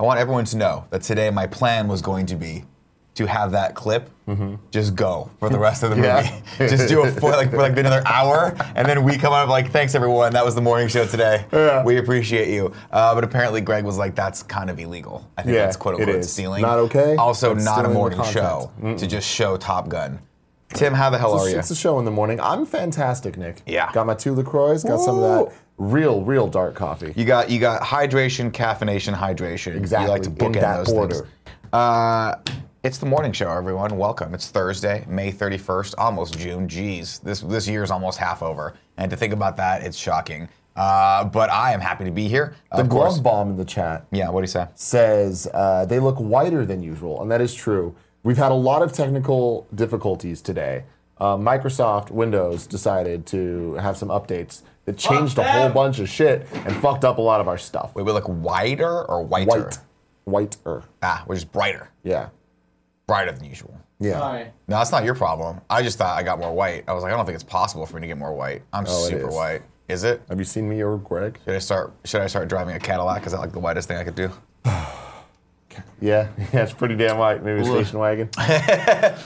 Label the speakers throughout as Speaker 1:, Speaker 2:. Speaker 1: want everyone to know that today my plan was going to be to have that clip just go for the rest of the
Speaker 2: Yeah.
Speaker 1: movie. just do it for like for like another hour, and then we come up like, thanks everyone, that was the morning show today. We appreciate you. Uh, but apparently Greg was like, that's kind of illegal. I think
Speaker 2: Yeah,
Speaker 1: that's quote
Speaker 2: it
Speaker 1: unquote
Speaker 2: is.
Speaker 1: stealing.
Speaker 2: Not okay.
Speaker 1: Also,
Speaker 2: It's
Speaker 1: not a
Speaker 2: stealing the
Speaker 1: morning show to just show Top Gun. Tim, how the hell are you?
Speaker 2: It's a show in the morning. I'm fantastic, Nick.
Speaker 1: Yeah.
Speaker 2: Got my two LaCroix, got some of
Speaker 1: Woo!
Speaker 2: that real, real dark coffee.
Speaker 1: You got you got hydration, caffeination, hydration. You like
Speaker 2: Exactly,
Speaker 1: to
Speaker 2: in
Speaker 1: bookend
Speaker 2: that
Speaker 1: those
Speaker 2: order.
Speaker 1: things. Uh, it's the morning show, everyone. Welcome. It's Thursday, May 31st, almost June. Jeez, this this year's almost half over. And to think about that, it's shocking. Uh, but I am happy to be here.
Speaker 2: the
Speaker 1: Of course-
Speaker 2: glove bomb in the chat
Speaker 1: Yeah, what do you say?
Speaker 2: says uh, they look whiter than usual, and that is true. We've had a lot of technical difficulties today. Uh, Microsoft Windows decided to have some updates that changed a whole
Speaker 3: them.
Speaker 2: bunch of shit and fucked up a lot of our stuff.
Speaker 1: Wait, we look wider or whiter?
Speaker 2: White, whiter,
Speaker 1: Ah, we're just brighter.
Speaker 2: yeah,
Speaker 1: Brighter than usual.
Speaker 2: yeah.
Speaker 3: Sorry.
Speaker 1: No, that's not your problem. I just thought I got more white. I was like, I don't think it's possible for me to get more white. I'm
Speaker 2: Oh, it
Speaker 1: super
Speaker 2: is.
Speaker 1: white. Is it?
Speaker 2: Have you seen me or Greg?
Speaker 1: Should I start? Should I start driving a Cadillac? Is that like the whitest thing I could do?
Speaker 2: Yeah, yeah, it's pretty damn white. Maybe a station wagon.
Speaker 1: Yeah,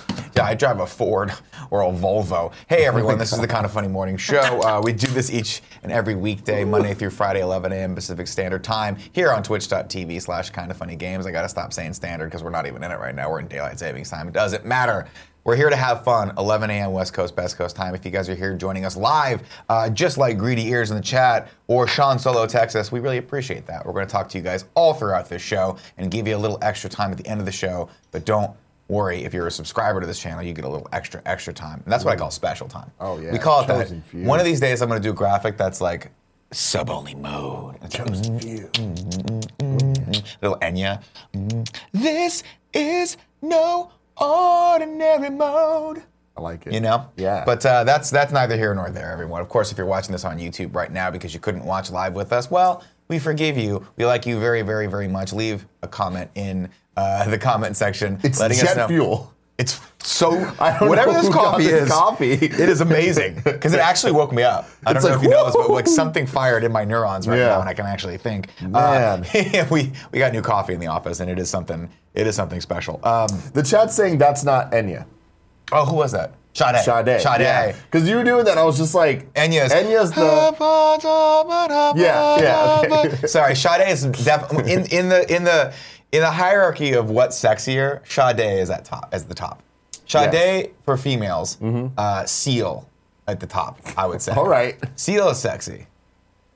Speaker 1: I drive a Ford or a Volvo. Hey, everyone, this is the Kind of Funny Morning Show. Uh, we do this each and every weekday, Monday through Friday, 11 a.m. Pacific Standard Time, here on twitch.tv slash kind of funny games. I got to stop saying standard because we're not even in it right now. We're in daylight savings time. It doesn't matter. We're here to have fun, 11 a.m. West Coast, Best Coast time. If you guys are here joining us live, uh, just like Greedy Ears in the chat or Sean Solo, Texas, we really appreciate that. We're going to talk to you guys all throughout this show and give you a little extra time at the end of the show, but don't worry if you're a subscriber to this channel you get a little extra extra time and that's what i call special time
Speaker 2: Oh, yeah,
Speaker 1: we call it that
Speaker 2: chosen few.
Speaker 1: one of these days i'm going to do a graphic that's like sub only mode It's like, little enya Mm. this is no ordinary mode
Speaker 2: I like it.
Speaker 1: you know?
Speaker 2: Yeah.
Speaker 1: But uh, that's that's neither here nor there, everyone. Of course, if you're watching this on YouTube right now because you couldn't watch live with us, well, we forgive you. We like you very, very, very much. Leave a comment in uh, the comment section,
Speaker 2: it's
Speaker 1: letting us
Speaker 2: jet
Speaker 1: know.
Speaker 2: fuel.
Speaker 1: It's so
Speaker 2: I don't
Speaker 1: whatever
Speaker 2: know
Speaker 1: this
Speaker 2: who got
Speaker 1: coffee
Speaker 2: this
Speaker 1: is.
Speaker 2: coffee.
Speaker 1: It is amazing because it actually woke me up. I
Speaker 2: It's
Speaker 1: don't know
Speaker 2: like,
Speaker 1: if you know this, but
Speaker 2: "Whoa."
Speaker 1: like something fired in my neurons right
Speaker 2: Yeah.
Speaker 1: now, and I can actually think. Uh,
Speaker 2: Man.
Speaker 1: we we got new coffee in the office, and it is something. It is something special. Um,
Speaker 2: The chat's saying that's not Enya.
Speaker 1: oh, who was that? Sade.
Speaker 2: Sade.
Speaker 1: Sade.
Speaker 2: Because you were doing that, I was just like,
Speaker 1: Enya's.
Speaker 2: Enya's the. Yeah, yeah, okay.
Speaker 1: Sorry, Sade is def- in in the in the in the hierarchy of what's sexier. Sade is at top as the top. Sade
Speaker 2: Yes. Mm-hmm.
Speaker 1: for females. Uh, seal at the top. I would say.
Speaker 2: All right.
Speaker 1: Seal is sexy.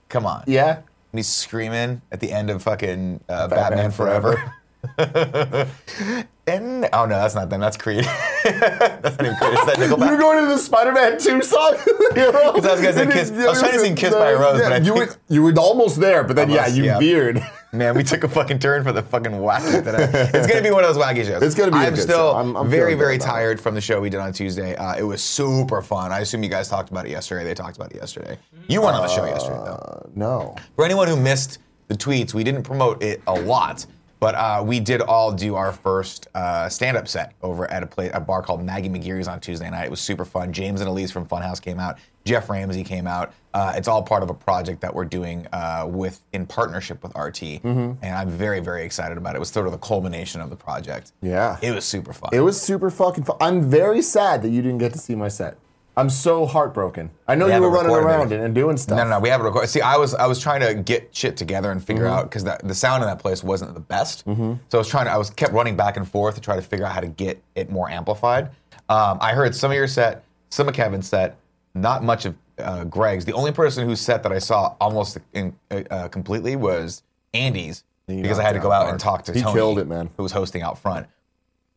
Speaker 1: Come on.
Speaker 2: Yeah.
Speaker 1: And he's screaming at the end of fucking uh, Batman,
Speaker 2: Batman
Speaker 1: Forever. and oh no, that's not them. That's Creed. that's not even Creed. Is that Nickelback?
Speaker 2: You're going to the Spider-Man 2 song. Because
Speaker 1: I was gonna say Kiss- I was trying to sing Kiss by a Rose, but I
Speaker 2: you
Speaker 1: think-
Speaker 2: were, you were almost there, but then yeah,
Speaker 1: Almost,
Speaker 2: you
Speaker 1: yeah.
Speaker 2: veered.
Speaker 1: Man, we took a fucking turn for the fucking wacky today. It's gonna be one of those wacky shows.
Speaker 2: It's gonna be a
Speaker 1: I'm
Speaker 2: good
Speaker 1: still
Speaker 2: show. I'm- I'm
Speaker 1: very,
Speaker 2: feeling good
Speaker 1: very
Speaker 2: about it.
Speaker 1: tired from the show we did on Tuesday. Uh, it was super fun. I assume you guys talked about it yesterday. They talked about it yesterday. You weren't on the show yesterday, though.
Speaker 2: Uh, no.
Speaker 1: For anyone who missed the tweets, we didn't promote it a lot, but uh, we did all do our first uh, stand-up set over at a, place, a bar called Maggie McGeary's on Tuesday night. It was super fun. James and Elise from Funhouse came out. Jeff Ramsey came out. Uh, it's all part of a project that we're doing uh, with in partnership with RT,
Speaker 2: Mm-hmm.
Speaker 1: and I'm very, very excited about it. It was sort of the culmination of the project.
Speaker 2: Yeah.
Speaker 1: it was super fun.
Speaker 2: It was super fucking fun. I'm very sad that you didn't get to see my set. I'm so heartbroken. I know
Speaker 1: We
Speaker 2: you were
Speaker 1: haven't
Speaker 2: running
Speaker 1: recorded
Speaker 2: around
Speaker 1: it.
Speaker 2: and, and doing stuff.
Speaker 1: No, no, no. We have it recorded. See, I was I was trying to get shit together and figure out because the sound in that place wasn't the best. So I was trying to I was kept running back and forth to try to figure out how to get it more amplified. Um, I heard some of your set, some of Kevin's set, not much of uh, Greg's. The only person whose set that I saw almost in, uh, uh, completely was Andy's because I had to go out and talk to
Speaker 2: He
Speaker 1: Tony,
Speaker 2: killed it, man.
Speaker 1: who was hosting out front.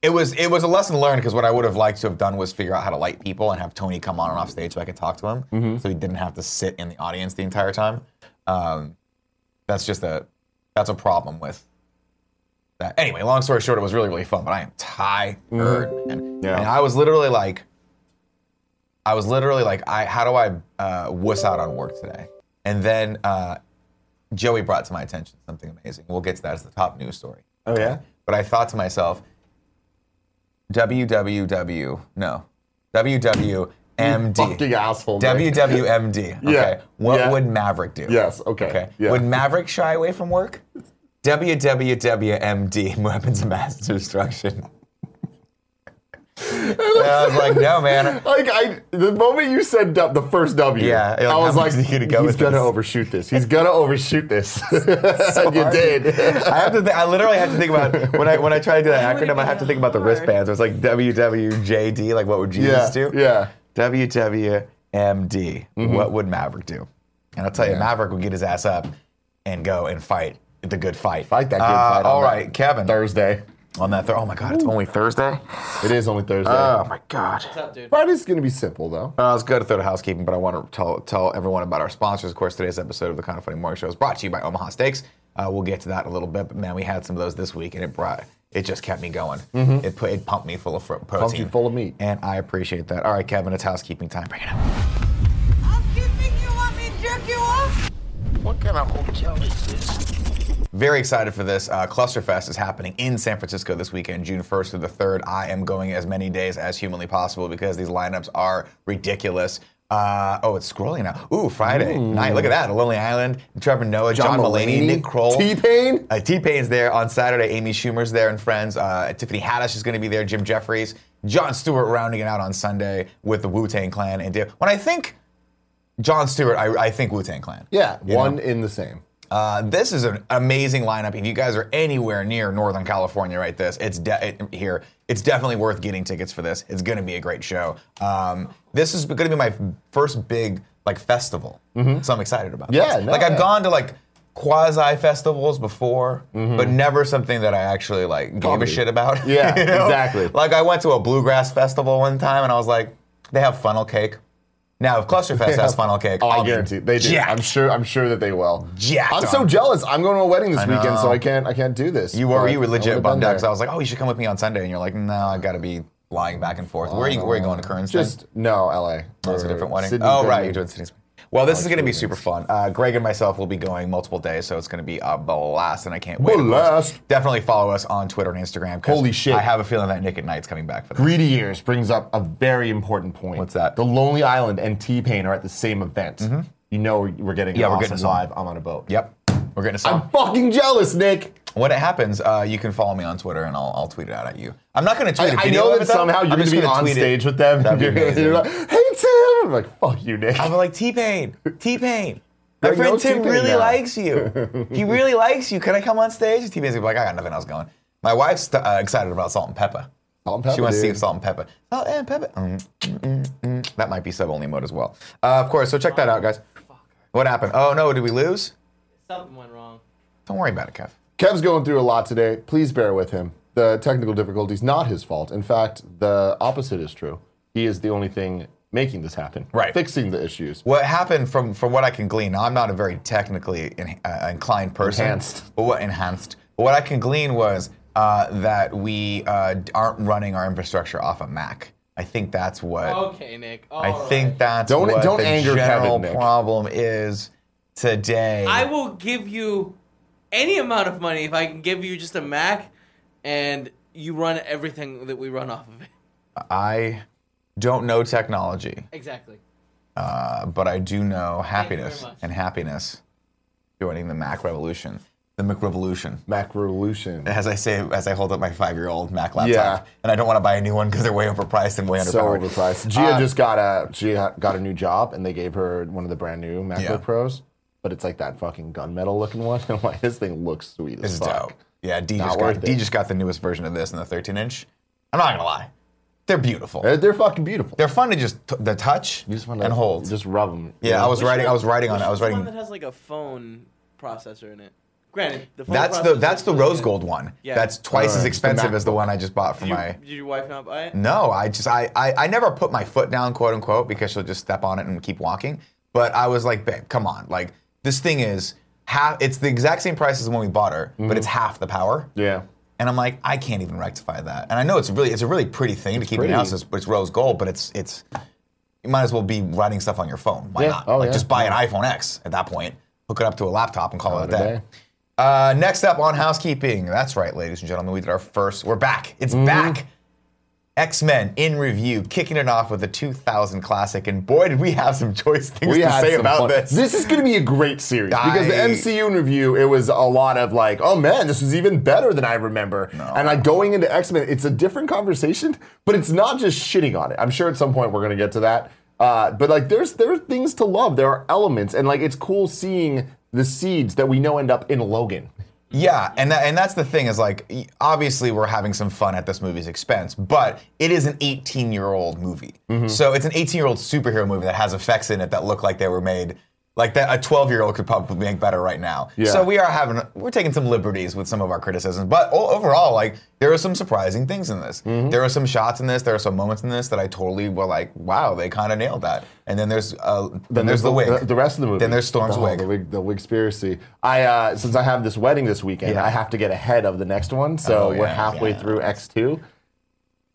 Speaker 1: It was it was a lesson learned because what I would have liked to have done was figure out how to light people and have Tony come on and off stage so I could talk to him,
Speaker 2: Mm-hmm.
Speaker 1: so he didn't have to sit in the audience the entire time. Um, that's just a that's a problem with that. Anyway, long story short, it was really really fun, but I am tired, man.
Speaker 2: Mm-hmm. Yeah.
Speaker 1: And I was literally like, I was literally like, I how do I uh, wuss out on work today? And then uh, Joey brought to my attention something amazing. We'll get to that as the top news story.
Speaker 2: Oh, yeah?
Speaker 1: But I thought to myself, WWW, no,
Speaker 2: Fucking
Speaker 1: WWMD.
Speaker 2: asshole. man.
Speaker 1: WWMD. Okay.
Speaker 2: Yeah,
Speaker 1: What
Speaker 2: yeah.
Speaker 1: would Maverick do?
Speaker 2: Yes, okay,
Speaker 1: Okay.
Speaker 2: yeah.
Speaker 1: Would Maverick shy away from work? WWWMD, Weapons of Mass Destruction. and I was like, no, man.
Speaker 2: Like I, the moment you said du- the first W,
Speaker 1: Yeah, like,
Speaker 2: I
Speaker 1: how
Speaker 2: was
Speaker 1: much
Speaker 2: like,
Speaker 1: is he gonna go
Speaker 2: he's
Speaker 1: with
Speaker 2: gonna
Speaker 1: this?"
Speaker 2: overshoot this. He's gonna overshoot this. and you
Speaker 1: hard.
Speaker 2: did.
Speaker 1: I have to. Th- I literally have to think about when I when I try to do that acronym. I have to think about the
Speaker 3: Hard.
Speaker 1: wristbands. It's like WWJD. Like what would Jesus
Speaker 2: Yeah,
Speaker 1: do?
Speaker 2: yeah.
Speaker 1: WWMD. What would Maverick do? And I'll tell you, Maverick would get his ass up and go and fight the good fight.
Speaker 2: Fight that good
Speaker 1: Uh,
Speaker 2: fight on
Speaker 1: All
Speaker 2: that
Speaker 1: right, Kevin.
Speaker 2: Thursday.
Speaker 1: on that. Th- oh my God, it's only Thursday.
Speaker 2: It is only Thursday.
Speaker 1: Oh my God.
Speaker 3: What's up, dude?
Speaker 2: Friday's gonna be simple though.
Speaker 1: Uh, let's go to third housekeeping, but I want to tell, tell everyone about our sponsors. Of course, today's episode of the Kind of Funny Morning Show is brought to you by Omaha Steaks. Uh, we'll get to that in a little bit, but man, we had some of those this week, and it brought it just kept me going. It put it Mm-hmm. pumped me full of fr- protein,
Speaker 2: you full of meat.
Speaker 1: and I appreciate that. All right, Kevin, it's housekeeping time. Bring it up.
Speaker 4: Housekeeping, you want me to jerk you off?
Speaker 5: What kind of hotel is this?
Speaker 1: Very excited for this. Uh, Clusterfest is happening in San Francisco this weekend, June 1st through the 3rd. I am going as many days as humanly possible because these lineups are ridiculous. Uh, oh, it's scrolling now. Ooh, Friday night. Look at that. Lonely Island, Trevor Noah, John, Mulaney, Nick Kroll.
Speaker 2: T Pain.
Speaker 1: Uh, T Pain's there on Saturday. Amy Schumer's there and friends. Uh, Tiffany Haddish is going to be there. Jim Jeffries, John Stewart rounding it out on Sunday with the Wu Tang Clan. And Dave- when I think John Stewart, I, I think Wu Tang Clan.
Speaker 2: Yeah,
Speaker 1: You
Speaker 2: one
Speaker 1: know?
Speaker 2: in the same.
Speaker 1: Uh, this is an amazing lineup. If you guys are anywhere near Northern California, right? This it's de- it, here. It's definitely worth getting tickets for this. It's going to be a great show. Um, this is going to be my first big like festival, so I'm excited about.
Speaker 2: Mm-hmm. Yeah,
Speaker 1: this.
Speaker 2: no,
Speaker 1: like I've
Speaker 2: yeah.
Speaker 1: gone to like quasi festivals before, but never something that I actually like gave
Speaker 2: Mm-hmm. Comedy.
Speaker 1: a shit about.
Speaker 2: Yeah, exactly.
Speaker 1: Like I went to a bluegrass festival one time, and I was like, they have funnel cake. Now, if Clusterfest has funnel cake,
Speaker 2: Oh,
Speaker 1: I'll
Speaker 2: I
Speaker 1: be
Speaker 2: guarantee they do.
Speaker 1: jacked.
Speaker 2: I'm sure. I'm sure that they will.
Speaker 1: Jacked
Speaker 2: I'm so
Speaker 1: on.
Speaker 2: jealous. I'm going to a wedding this weekend, so
Speaker 1: know.
Speaker 2: I can't. I can't do this.
Speaker 1: You were
Speaker 2: but
Speaker 1: you were
Speaker 2: Oh, I would've
Speaker 1: legit
Speaker 2: been
Speaker 1: bummed out
Speaker 2: there.
Speaker 1: because I was like, oh, you should come with me on Sunday, and you're like, no, I got to be flying back and forth. Where are you Where are you going to Kern's?
Speaker 2: Just no, LA.
Speaker 1: That's a
Speaker 2: Or
Speaker 1: different wedding.
Speaker 2: Sydney,
Speaker 1: oh,
Speaker 2: Oh,
Speaker 1: right,
Speaker 2: Germany.
Speaker 1: you're doing Sydney's. Well, this is going to be super fun. Uh, Greg and myself will be going multiple days, so it's going to be a blast, and I can't wait. Of course,
Speaker 2: Blast.
Speaker 1: Definitely follow us on Twitter and Instagram. 'cause
Speaker 2: Holy shit.
Speaker 1: I have a feeling that Nick at Night's coming back for that.
Speaker 2: Greedy Years brings up a very important point.
Speaker 1: What's that? Mm-hmm.
Speaker 2: The Lonely Island and T Pain are at the same event. You know we're getting
Speaker 1: Yeah,
Speaker 2: an
Speaker 1: we're
Speaker 2: awesome
Speaker 1: getting a song.
Speaker 2: live. I'm on a boat.
Speaker 1: Yep, we're getting a song.
Speaker 2: I'm fucking jealous, Nick.
Speaker 1: when it happens, uh, you can follow me on Twitter, and I'll, I'll tweet it out at you. I'm not going to tweet. a
Speaker 2: I, I
Speaker 1: video
Speaker 2: know
Speaker 1: of
Speaker 2: that
Speaker 1: it, though.
Speaker 2: somehow
Speaker 1: I'm
Speaker 2: you're going
Speaker 1: just
Speaker 2: to be
Speaker 1: gonna
Speaker 2: on
Speaker 1: tweet it.
Speaker 2: stage with them.
Speaker 1: That'd be
Speaker 2: You're gonna-
Speaker 1: amazing.
Speaker 2: you're like, hey Tim. I'm like, fuck you, Nick.
Speaker 1: I'm like T Pain, T Pain. My
Speaker 2: There
Speaker 1: friend
Speaker 2: goes
Speaker 1: Tim
Speaker 2: T-Pain
Speaker 1: really
Speaker 2: now."
Speaker 1: likes you. He really likes you. Can I come on stage? T Pain's gonna be like, I got nothing else going. My wife's st- uh, excited about Salt and Pepper.
Speaker 2: Salt and Pepper,
Speaker 1: She wants to
Speaker 2: Oh, dude.
Speaker 1: see Salt and Pepper. Salt and Pepper. Mm, mm, mm, mm. That might be sub only mode as well. Uh, of course. So check that out, guys. What happened? Oh no, did we lose?
Speaker 3: Something went wrong.
Speaker 1: Don't worry about it, Kev.
Speaker 2: Kev's going through a lot today. Please bear with him. The technical difficulties not his fault. In fact, the opposite is true. He is the only thing making this happen.
Speaker 1: Right.
Speaker 2: Fixing the issues.
Speaker 1: What happened from from what I can glean? Now I'm not a very technically in, uh, inclined person.
Speaker 2: Enhanced.
Speaker 1: But what enhanced? But what I can glean was uh, that we uh, d- aren't running our infrastructure off a Mac. I think that's what.
Speaker 3: Okay, Nick.
Speaker 1: I
Speaker 3: All
Speaker 1: think
Speaker 3: right.
Speaker 1: that's
Speaker 2: Don't-
Speaker 1: what
Speaker 2: don't
Speaker 1: the
Speaker 2: anger Kevin,
Speaker 1: general
Speaker 2: Nick.
Speaker 1: problem is today.
Speaker 3: I will give you any amount of money if I can give you just a Mac and you run everything that we run off of it.
Speaker 1: I don't know technology,
Speaker 3: Exactly.
Speaker 1: uh, but I do know
Speaker 3: you very
Speaker 1: happiness
Speaker 3: much.
Speaker 1: and happiness. Joining the Mac revolution, the Mac revolution.
Speaker 2: Mac Revolution.
Speaker 1: as I say, as I hold up my five-year-old Mac laptop,
Speaker 2: Yeah.
Speaker 1: and I don't want to buy a new one because they're Uh, way overpriced and way
Speaker 2: so
Speaker 1: underpowered.
Speaker 2: overpriced. Gia just got a Gia got a new job, and they gave her one of the brand new MacBook
Speaker 1: Yeah.
Speaker 2: Pros, but it's like that fucking gunmetal looking one. I'm like, this thing looks sweet as
Speaker 1: It's
Speaker 2: fuck.
Speaker 1: dope. Yeah, D
Speaker 2: Not
Speaker 1: just,
Speaker 2: worth
Speaker 1: got, D
Speaker 2: it.
Speaker 1: just got the newest version of this in the 13-inch. I'm not gonna lie, they're beautiful.
Speaker 2: They're, they're fucking beautiful.
Speaker 1: They're fun to just t- the touch
Speaker 2: You just wanna-
Speaker 1: and hold.
Speaker 2: Just rub them.
Speaker 1: yeah, I was writing. I was writing on it. I was
Speaker 3: one that
Speaker 1: writing.
Speaker 3: has like a phone processor in it. Granted, the phone
Speaker 1: That's the
Speaker 3: processor
Speaker 1: that's
Speaker 3: is
Speaker 1: the
Speaker 3: really
Speaker 1: rose
Speaker 3: good.
Speaker 1: gold one.
Speaker 3: Yeah.
Speaker 1: That's twice
Speaker 2: Alright,
Speaker 1: as
Speaker 2: the
Speaker 1: expensive as the one Mm, I just bought for
Speaker 3: Did, you-
Speaker 1: my.
Speaker 3: did your wife not buy it?
Speaker 1: No, I just I, I I never put my foot down, quote unquote, because she'll just step on it and keep walking. But I was like, babe, come on, like this thing is half. It's the exact same price as when we bought her, but it's half the power.
Speaker 2: Yeah.
Speaker 1: And I'm like, I can't even rectify that. And I know it's really it's a really pretty thing to keep in
Speaker 2: pretty.
Speaker 1: your house. It's, it's rose gold, but it's it's you might as well be writing stuff on your phone. Why
Speaker 2: Yeah.
Speaker 1: not?
Speaker 2: Oh,
Speaker 1: like
Speaker 2: yeah.
Speaker 1: just buy an iPhone X at that point, hook it up to a laptop, and call it a
Speaker 2: it a
Speaker 1: day.
Speaker 2: day.
Speaker 1: Uh,
Speaker 2: Mm-hmm.
Speaker 1: next up on housekeeping. That's right, ladies and gentlemen, we did our first. We're back. It's back. X Men in review, kicking it off with a 2000 classic, and boy, did we have some choice things
Speaker 2: we
Speaker 1: to
Speaker 2: had
Speaker 1: say
Speaker 2: some
Speaker 1: about
Speaker 2: fun-
Speaker 1: this.
Speaker 2: This is going to be a great series because the
Speaker 1: I-
Speaker 2: MCU in review, it was a lot of like, oh man, this is even better than I remember. And like going into X Men, it's a different conversation, but it's not just shitting on it. I'm sure at some point we're going to get to that. Uh, but like, there's there are things to love. There are elements, and like, it's cool seeing the seeds that we know end up in Logan.
Speaker 1: Yeah, and that, and that's the thing is like y- obviously we're having some fun at this movie's expense, but it is an 18 year old movie, so it's an 18 year old superhero movie that has effects in it that look like they were made like that a 12 year old could probably make better right now.
Speaker 2: Yeah.
Speaker 1: So we are having we're taking some liberties with some of our criticisms, but o- overall like there are some surprising things in this. There are some shots in this, there are some moments in this that I totally were like, wow, they kind of nailed that. And then there's uh, then, there's, the wig,
Speaker 2: The, rest of the movie.
Speaker 1: Then there's Storm's
Speaker 2: the,
Speaker 1: wig.
Speaker 2: The wig, the wigspiracy. I uh, since I have this wedding this weekend,
Speaker 1: Yeah.
Speaker 2: I have to get ahead of the next one. So
Speaker 1: Oh,
Speaker 2: we're
Speaker 1: yeah,
Speaker 2: halfway
Speaker 1: yeah.
Speaker 2: through X two.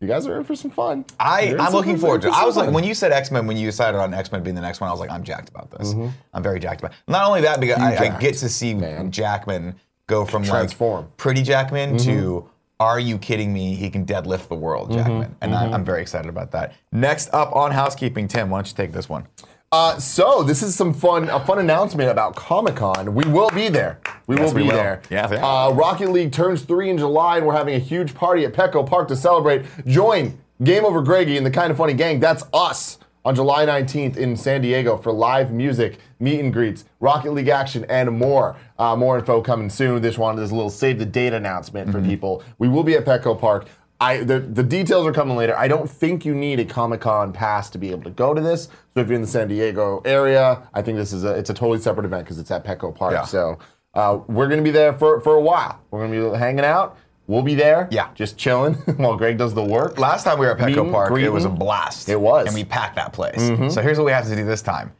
Speaker 2: You guys are in for some fun. You're
Speaker 1: I,
Speaker 2: in
Speaker 1: I'm
Speaker 2: some-
Speaker 1: looking forward to
Speaker 2: you're
Speaker 1: it. I
Speaker 2: in for some
Speaker 1: was like,
Speaker 2: fun.
Speaker 1: when you said X Men, when you decided on X Men being the next one, I was like, I'm jacked about this. I'm very jacked about it. Not only that, because I, I
Speaker 2: Mm-hmm. jacked,
Speaker 1: get to see Jackman go from
Speaker 2: Transform. Mm-hmm.
Speaker 1: like pretty Jackman to are you kidding me? He can deadlift the world, Jackman. And
Speaker 2: Mm-hmm.
Speaker 1: I, I'm very excited about that. Next up on housekeeping, Tim, why don't you take this one?
Speaker 2: Uh, so this is some fun, a fun announcement about Comic Con. We will be there. We
Speaker 1: Yes,
Speaker 2: will
Speaker 1: we
Speaker 2: be
Speaker 1: will.
Speaker 2: there.
Speaker 1: Yeah, yeah.
Speaker 2: Uh, Rocket League turns three in July, and we're having a huge party at Petco Park to celebrate. Join Game Over Greggy and the Kind of Funny Gang. That's us on July 19th in San Diego for live music, meet and greets, Rocket League action, and more. Uh, more info coming soon. This one is a little save the date announcement for people. We will be at Petco Park. I the, the details are coming later. I don't think you need a Comic Con pass to be able to go to this. So if you're in the San Diego area, I think this is a it's a totally separate event because it's at Petco Park.
Speaker 1: Yeah.
Speaker 2: So uh, we're gonna be there for for a while. We're gonna be hanging out. We'll be there.
Speaker 1: Yeah.
Speaker 2: just chilling while Greg does the work.
Speaker 1: Last time we were at Petco
Speaker 2: Meeting,
Speaker 1: Park, it was a
Speaker 2: greeting.
Speaker 1: blast.
Speaker 2: It was. Mm-hmm.
Speaker 1: And we packed that place. So here's what we have to do this time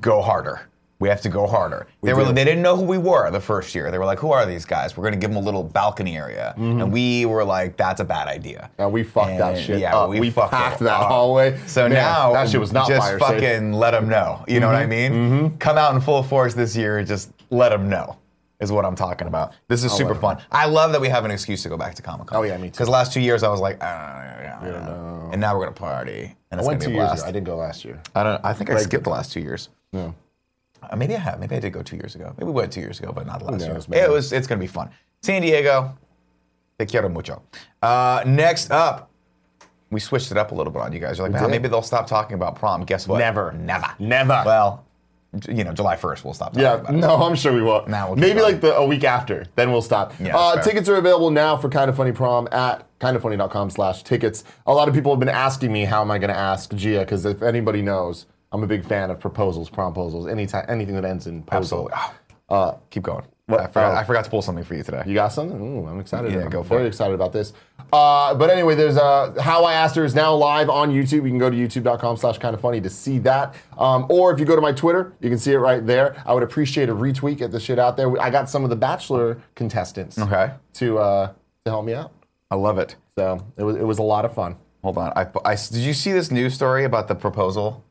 Speaker 1: go harder. We have to go harder. they were
Speaker 2: do.
Speaker 1: they didn't know who we were the first year. They were like, who are these guys? We're gonna give them a little balcony area. And we were like, that's a bad idea.
Speaker 2: And Mm-hmm. we fucked that
Speaker 1: And,
Speaker 2: shit
Speaker 1: yeah,
Speaker 2: up.
Speaker 1: we
Speaker 2: We,
Speaker 1: fucked
Speaker 2: packed
Speaker 1: it
Speaker 2: that
Speaker 1: up.
Speaker 2: hallway.
Speaker 1: So
Speaker 2: Man,
Speaker 1: now
Speaker 2: that shit was not
Speaker 1: just
Speaker 2: fire
Speaker 1: fucking
Speaker 2: safe. Mm-hmm.
Speaker 1: let them know. You know what I mean? Come out in full force this year. Just let them know is what I'm talking about. This is super
Speaker 2: 'em
Speaker 1: fun. I love that we have an excuse to go back to Comic Con.
Speaker 2: Oh, yeah, me too.
Speaker 1: Because last two years I was like, "Ah, I don't know. and now we're gonna party, and
Speaker 2: I
Speaker 1: it's
Speaker 2: went
Speaker 1: gonna
Speaker 2: two
Speaker 1: be a
Speaker 2: years
Speaker 1: blast.
Speaker 2: ago. I didn't go last year.
Speaker 1: I don't. I think I skipped the last two years. Yeah. Uh, maybe I have. Maybe I did go two years ago. Maybe we went two years ago, but not last
Speaker 2: knows,
Speaker 1: year.
Speaker 2: man?
Speaker 1: It was. It's gonna be fun. San Diego. Te quiero mucho. Uh, next up, we switched it up a little bit on you guys. You're like, "Man,
Speaker 2: did.
Speaker 1: maybe they'll stop talking about prom. Guess what?
Speaker 2: Never.
Speaker 1: Never.
Speaker 2: Never.
Speaker 1: Well, j- you know, July 1st we'll stop talking
Speaker 2: Yeah,
Speaker 1: about it.
Speaker 2: no, I'm sure we will.
Speaker 1: Nah, we'll keep
Speaker 2: Maybe
Speaker 1: going.
Speaker 2: like the, a week after, then we'll stop.
Speaker 1: Yeah,
Speaker 2: uh,
Speaker 1: that's fair.
Speaker 2: tickets are available now for Kind of Funny Prom at kindoffunny.com slash tickets. A lot of people have been asking me, how am I going to ask Gia? Because if anybody knows, I'm a big fan of proposals, promposals, anytime, anything that ends in posal.
Speaker 1: Absolutely. Oh,
Speaker 2: Uh,
Speaker 1: keep going.
Speaker 2: What-
Speaker 1: I forgot.
Speaker 2: oh.
Speaker 1: I forgot to pull something for you today.
Speaker 2: you got something? Ooh, I'm excited.
Speaker 1: Yeah,
Speaker 2: I'm
Speaker 1: go for
Speaker 2: very
Speaker 1: it.
Speaker 2: excited about this. Uh, but anyway, there's uh, How I Asked Her is now live on YouTube. You can go to youtube.com slash kind of funny to see that. Um, or if you go to my Twitter, you can see it right there. I would appreciate a retweet, get the shit out there. I got some of the Bachelor contestants
Speaker 1: Okay.
Speaker 2: to uh, to help me out.
Speaker 1: I love it.
Speaker 2: So it was, it was a lot of fun.
Speaker 1: Hold on. I, I- did you see this news story about the proposal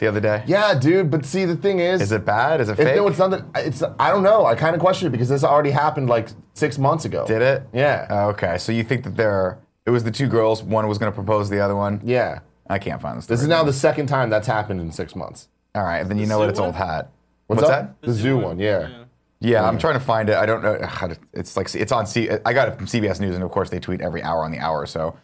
Speaker 1: the other day?
Speaker 2: Yeah, dude, but see, the thing is.
Speaker 1: Is it bad? Is it
Speaker 2: it-
Speaker 1: fake?
Speaker 2: no, it's not that. It's I don't know. I kind of question it because this already happened like six months ago.
Speaker 1: Did it? Uh,
Speaker 2: Yeah.
Speaker 1: Okay. So you think that there? It was the two girls. One was going to propose to the other one.
Speaker 2: yeah.
Speaker 1: I can't find this.
Speaker 2: This is now the second time that's happened in six months.
Speaker 1: All right. Then you know what? It's
Speaker 3: zoo
Speaker 1: old
Speaker 3: one?
Speaker 1: hat.
Speaker 2: What's,
Speaker 1: that?
Speaker 2: up? The, zoo, one, yeah.
Speaker 1: Yeah, I'm trying to find it. I don't know. Ugh, It's like it's on. C- I got it from CBS News, and of course they tweet every hour on the hour. So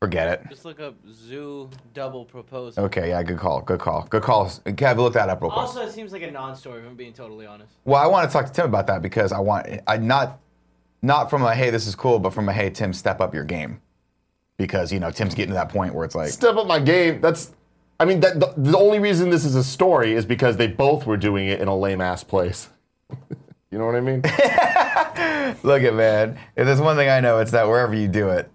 Speaker 1: forget it.
Speaker 3: Just look up zoo double proposal.
Speaker 1: Okay. Yeah. Good call. Good call. Good call. Kev, look that up real quick.
Speaker 3: Also, it seems like a non-story. If I'm being totally honest.
Speaker 1: Well, I want to talk to Tim about that because I want I not not from a hey this is cool, but from a hey Tim step up your game because you know Tim's getting to that point where it's like
Speaker 2: Step up my game. That's, I mean, that the, the only reason this is a story is because they both were doing it in a lame ass place. you know what I mean?
Speaker 1: Look at man. If there's one thing I know, it's that wherever you do it,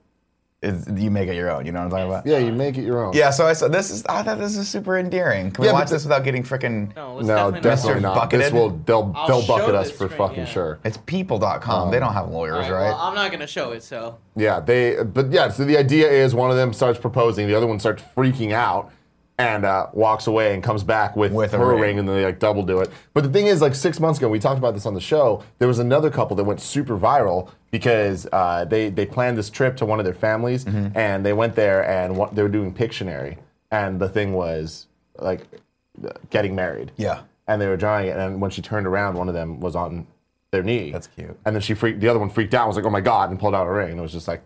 Speaker 1: it's, you make it your own. You know what I'm talking about?
Speaker 2: yeah, you make it your own.
Speaker 1: Yeah. So I saw this is. I thought this is super endearing. Can we
Speaker 2: Yeah, but
Speaker 1: watch
Speaker 2: the-
Speaker 1: this without getting freaking?
Speaker 3: No, let's
Speaker 2: No,
Speaker 3: definitely,
Speaker 1: Mr.
Speaker 2: definitely not. This
Speaker 1: Bucketed?
Speaker 2: will they'll
Speaker 3: I'll
Speaker 2: they'll
Speaker 3: show
Speaker 2: bucket us
Speaker 3: this
Speaker 2: for
Speaker 3: screen,
Speaker 2: fucking
Speaker 3: yeah.
Speaker 2: sure.
Speaker 1: It's people.com. they don't have
Speaker 3: All
Speaker 1: lawyers,
Speaker 3: right,
Speaker 1: right?
Speaker 3: Well, I'm not gonna show it. So
Speaker 2: Yeah, they but yeah, so the idea is one of them starts proposing, the other one starts freaking out. and uh, walks away and comes back with,
Speaker 1: With a
Speaker 2: her
Speaker 1: ring.
Speaker 2: ring. and then they like double do it. But the thing is, like six months ago, we talked about this on the show. There was another couple that went super viral because uh, they they planned this trip to one of their families
Speaker 1: Mm-hmm.
Speaker 2: and they went there and what, they were doing Pictionary and the thing was like getting married.
Speaker 1: Yeah.
Speaker 2: And they were drawing it, and when she turned around, one of them was on their knee.
Speaker 1: That's cute.
Speaker 2: And then she freaked. The other one freaked out. Was like, "Oh my god!" and pulled out a ring. And it was just like,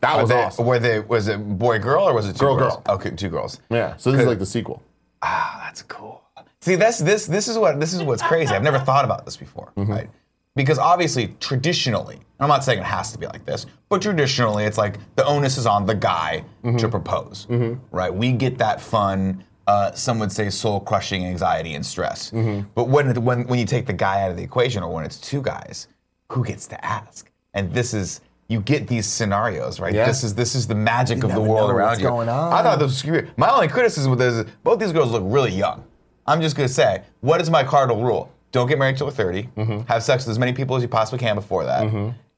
Speaker 2: that was
Speaker 1: They-
Speaker 2: awesome.
Speaker 1: Were they, was it boy girl or was it two
Speaker 2: Girl,
Speaker 1: girls?
Speaker 2: girl.
Speaker 1: Okay, two girls.
Speaker 2: Yeah. So this is like the sequel.
Speaker 1: Ah, that's cool. See, that's this this is what this is what's crazy. I've never thought about this before, right? Because obviously, traditionally, and I'm not saying it has to be like this, but traditionally, it's like the onus is on the guy to propose, right? We get that fun. Uh, some would say soul-crushing anxiety and stress. But when, it- when when you take the guy out of the equation, or when it's two guys, who gets to ask? And this is you get these scenarios, right?
Speaker 2: Yeah.
Speaker 1: This is this is the magic of the
Speaker 6: never
Speaker 1: world
Speaker 6: know
Speaker 1: around
Speaker 6: what's
Speaker 1: you.
Speaker 6: going on.
Speaker 1: I thought this was weird. My only criticism with this is both these girls look really young. I'm just gonna say, what is my cardinal rule? Don't get married till 30.
Speaker 6: Mm-hmm.
Speaker 1: Have sex with as many people as you possibly can before that,